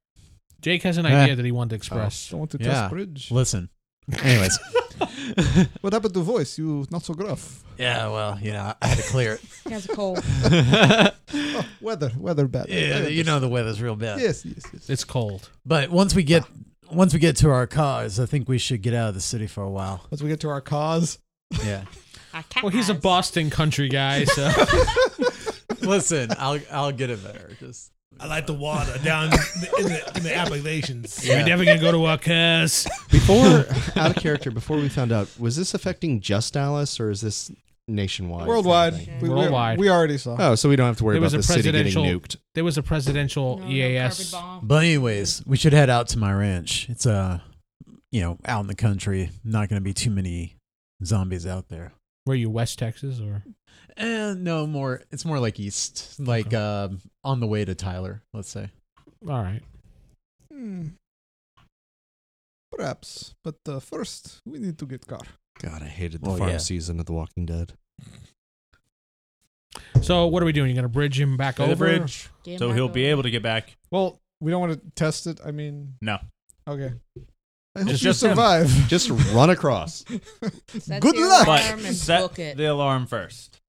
[SPEAKER 2] Jake has an
[SPEAKER 8] Eh.
[SPEAKER 2] idea that he wanted to express.
[SPEAKER 10] don't want to
[SPEAKER 8] Yeah.
[SPEAKER 10] test bridge.
[SPEAKER 8] Listen. Anyways.
[SPEAKER 10] What happened to voice? You not so gruff.
[SPEAKER 8] yeah, well, you know, I had to clear
[SPEAKER 7] You guys are cold.
[SPEAKER 8] it.
[SPEAKER 10] Oh, weather, weather bad.
[SPEAKER 8] yeah,
[SPEAKER 10] I
[SPEAKER 8] you know the weather's real bad.
[SPEAKER 10] Yes, yes, yes.
[SPEAKER 2] It's cold.
[SPEAKER 8] But once we get once we get to our cars, I think we should get out of the city for a while.
[SPEAKER 10] Once we get to our cause,
[SPEAKER 8] Yeah.
[SPEAKER 2] Well, he's a Boston country guy, so
[SPEAKER 8] Listen, I'll I'll get it better. Just
[SPEAKER 5] I like the water down in the, in the Appalachians.
[SPEAKER 2] we're never gonna go to our cars.
[SPEAKER 3] Before, out of character, before we found out, was this affecting just Dallas or is this nationwide?
[SPEAKER 10] worldwide,
[SPEAKER 3] kind of thing?
[SPEAKER 10] we, we-
[SPEAKER 2] Worldwide.
[SPEAKER 10] we already saw.
[SPEAKER 3] Oh, so we don't have to worry
[SPEAKER 2] There
[SPEAKER 3] about
[SPEAKER 2] was
[SPEAKER 3] the
[SPEAKER 2] a
[SPEAKER 3] city getting
[SPEAKER 2] presidential-
[SPEAKER 3] nuked.
[SPEAKER 2] There was a presidential E EAS.
[SPEAKER 8] But anyways, we should head out to my ranch. It's uh you know, out in the country. Not gonna be too many zombies out there.
[SPEAKER 2] Were you West Texas or?
[SPEAKER 8] And no more it's more like east. Like
[SPEAKER 2] Okay.
[SPEAKER 8] um on the way to Tyler, let's say.
[SPEAKER 2] All right.
[SPEAKER 10] Hmm. Perhaps, but uh, first we need to get car.
[SPEAKER 3] God, I hated the
[SPEAKER 8] Well,
[SPEAKER 3] farm
[SPEAKER 8] yeah.
[SPEAKER 3] season of The Walking Dead.
[SPEAKER 2] So what are we doing? You're gonna bridge him back
[SPEAKER 6] To
[SPEAKER 2] over.
[SPEAKER 6] the bridge,
[SPEAKER 7] Game
[SPEAKER 6] so
[SPEAKER 7] back
[SPEAKER 6] he'll
[SPEAKER 7] over.
[SPEAKER 6] be able to get back.
[SPEAKER 10] Well, we don't want to test it. I mean,
[SPEAKER 6] No.
[SPEAKER 10] Okay. I hope
[SPEAKER 6] It's
[SPEAKER 10] you
[SPEAKER 6] just him.
[SPEAKER 10] survive.
[SPEAKER 3] Just run across.
[SPEAKER 7] Set
[SPEAKER 10] Good
[SPEAKER 7] the
[SPEAKER 10] luck.
[SPEAKER 6] But
[SPEAKER 7] alarm and
[SPEAKER 6] set
[SPEAKER 7] book it.
[SPEAKER 6] the alarm first.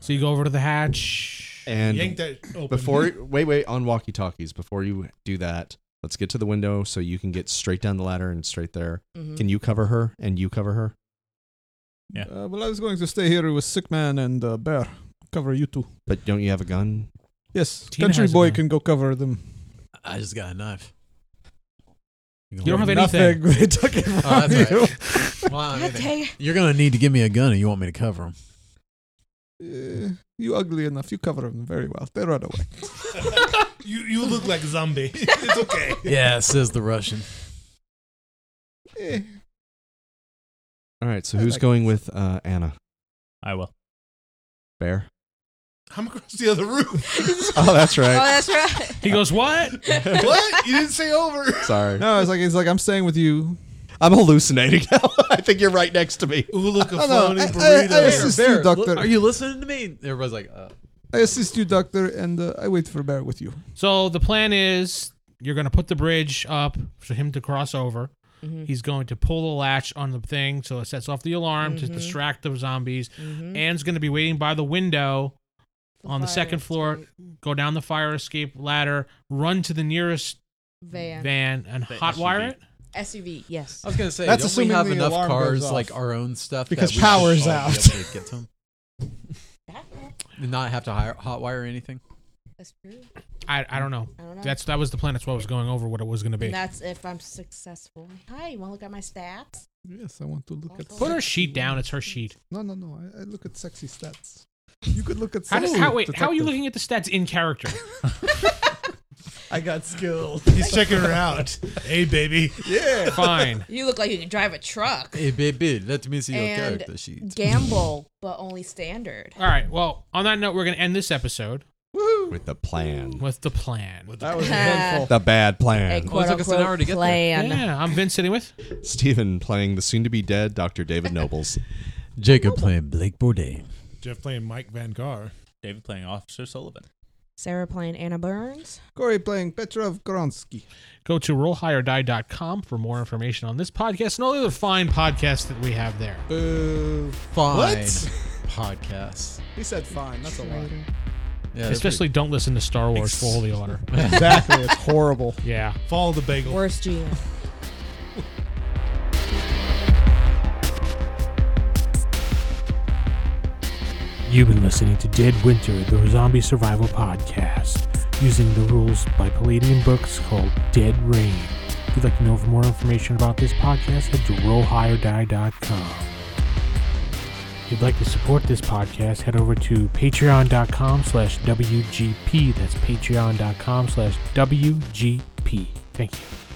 [SPEAKER 2] So you go over to the hatch.
[SPEAKER 3] And
[SPEAKER 5] Yank that open.
[SPEAKER 3] before wait wait on walkie talkies before you do that let's get to the window so you can get straight down the ladder and straight there
[SPEAKER 7] Mhm.
[SPEAKER 3] can you cover her and you cover her
[SPEAKER 10] Uh, well, I was going to stay here with sick man and uh, bear. Cover you two.
[SPEAKER 3] but don't you have a gun
[SPEAKER 10] Yes,
[SPEAKER 8] Tina
[SPEAKER 10] country
[SPEAKER 8] has a
[SPEAKER 10] boy
[SPEAKER 8] gun.
[SPEAKER 10] can go cover them.
[SPEAKER 8] I just got a knife.
[SPEAKER 10] You don't have anything. Nothing. They took it
[SPEAKER 8] Oh, that's
[SPEAKER 10] from
[SPEAKER 8] right.
[SPEAKER 10] you.
[SPEAKER 8] Well, I don't
[SPEAKER 10] God
[SPEAKER 8] have
[SPEAKER 10] dang
[SPEAKER 8] anything. You're gonna need to give me a gun, and you want me to cover them.
[SPEAKER 10] Eh, you ugly enough. You cover them very well. They run away.
[SPEAKER 5] You you look like a zombie. it's okay.
[SPEAKER 8] Yeah, says the Russian.
[SPEAKER 10] Eh.
[SPEAKER 3] All right, so
[SPEAKER 5] I
[SPEAKER 3] who's
[SPEAKER 5] like
[SPEAKER 3] going with uh, Anna?
[SPEAKER 6] I will.
[SPEAKER 3] Bear.
[SPEAKER 5] I'm across the other room.
[SPEAKER 3] Oh, that's right.
[SPEAKER 7] that's right.
[SPEAKER 2] He goes, what?
[SPEAKER 5] what? You didn't say over.
[SPEAKER 3] Sorry.
[SPEAKER 10] No, it's like it's like I'm staying with you.
[SPEAKER 3] I'm hallucinating now. I think you're right next to me.
[SPEAKER 5] Ooh, look, a
[SPEAKER 10] I know,
[SPEAKER 5] floating
[SPEAKER 10] I- I-
[SPEAKER 5] burrito.
[SPEAKER 10] I assist you,
[SPEAKER 8] Bear,
[SPEAKER 10] doctor.
[SPEAKER 8] Are you listening to me? Everybody's like, uh,
[SPEAKER 10] I assist you, doctor, and uh, I wait for Bear with you.
[SPEAKER 2] So the plan is you're going to put the bridge up for him to cross over.
[SPEAKER 7] Mhm.
[SPEAKER 2] He's going to pull the latch on the thing so it sets off the alarm
[SPEAKER 7] Mm-hmm.
[SPEAKER 2] to distract the zombies.
[SPEAKER 7] Mhm.
[SPEAKER 2] Anne's going to be waiting by the window on the
[SPEAKER 7] fire
[SPEAKER 2] second floor, go down the fire escape ladder, run to the nearest
[SPEAKER 7] Van.
[SPEAKER 2] van and
[SPEAKER 6] The
[SPEAKER 2] hotwire
[SPEAKER 6] SUV.
[SPEAKER 2] it.
[SPEAKER 7] SUV. Yes.
[SPEAKER 8] I was gonna say,
[SPEAKER 10] That's
[SPEAKER 8] don't we
[SPEAKER 10] assuming
[SPEAKER 8] have
[SPEAKER 10] the
[SPEAKER 8] enough
[SPEAKER 10] alarm
[SPEAKER 8] cars
[SPEAKER 10] goes off.
[SPEAKER 8] like our own stuff that
[SPEAKER 10] Because
[SPEAKER 8] we should
[SPEAKER 10] power's
[SPEAKER 8] all be
[SPEAKER 10] out.
[SPEAKER 8] able to get to 'em? And not have to hire hotwire anything.
[SPEAKER 7] That's true.
[SPEAKER 2] I, I don't know.
[SPEAKER 7] I don't know.
[SPEAKER 2] That's that was the plan. That's what I was going over what it was going to be.
[SPEAKER 7] And that's if I'm successful. Hi, you want to look at my stats?
[SPEAKER 10] Yes, I want to look at.
[SPEAKER 2] Put her sheet down. It's her sheet.
[SPEAKER 10] No, no, no. I, I look at sexy stats. You could look at
[SPEAKER 2] How,
[SPEAKER 10] sexy.
[SPEAKER 2] does, how, wait, how are you
[SPEAKER 10] detective.
[SPEAKER 2] looking at the stats in character?
[SPEAKER 10] I got skills.
[SPEAKER 5] He's checking her out. Hey, baby.
[SPEAKER 10] Yeah.
[SPEAKER 2] Fine.
[SPEAKER 7] You look like you can drive a truck
[SPEAKER 8] Hey, baby, let me see your
[SPEAKER 7] and
[SPEAKER 8] character sheet.
[SPEAKER 7] gamble, but only standard.
[SPEAKER 2] All right. Well, on that note, we're going to end this episode
[SPEAKER 10] Woohoo.
[SPEAKER 3] With the plan.
[SPEAKER 2] with the plan.
[SPEAKER 10] That was
[SPEAKER 7] Ah.
[SPEAKER 10] eventful.
[SPEAKER 3] The bad
[SPEAKER 7] A
[SPEAKER 3] plan.
[SPEAKER 7] quote
[SPEAKER 8] took us an
[SPEAKER 7] unquote
[SPEAKER 8] hour to get there.
[SPEAKER 7] plan.
[SPEAKER 2] yeah, I'm Vince sitting with.
[SPEAKER 3] Stephen playing the soon to be dead Dr. David Nobles.
[SPEAKER 8] Jacob playing Blake Bourdain.
[SPEAKER 5] Jeff playing Mike Van Gar.
[SPEAKER 6] David playing Officer Sullivan.
[SPEAKER 7] Sarah playing Anna Burns.
[SPEAKER 10] Corey playing Petrov Gronsky.
[SPEAKER 2] Go to rollhigherdie.com for more information on this podcast and all the other fine podcasts that we have there.
[SPEAKER 10] Boo.
[SPEAKER 8] Fine.
[SPEAKER 10] What?
[SPEAKER 8] Podcast.
[SPEAKER 10] He said fine. That's a lie.
[SPEAKER 8] Yeah, that's
[SPEAKER 2] Especially don't listen to Star Wars for Holy Order.
[SPEAKER 10] Exactly. It's horrible.
[SPEAKER 2] Yeah.
[SPEAKER 5] Follow the bagel.
[SPEAKER 7] Worst GM.
[SPEAKER 2] You've been listening to Dead Winter, the Zombie Survival Podcast, using the rules by Palladium Books called Dead Rain. If you'd like to know for more information about this podcast, head to rollhigherdie.com. If you'd like to support this podcast, head over to patreon.com slash WGP. That's patreon.com slash WGP. Thank you.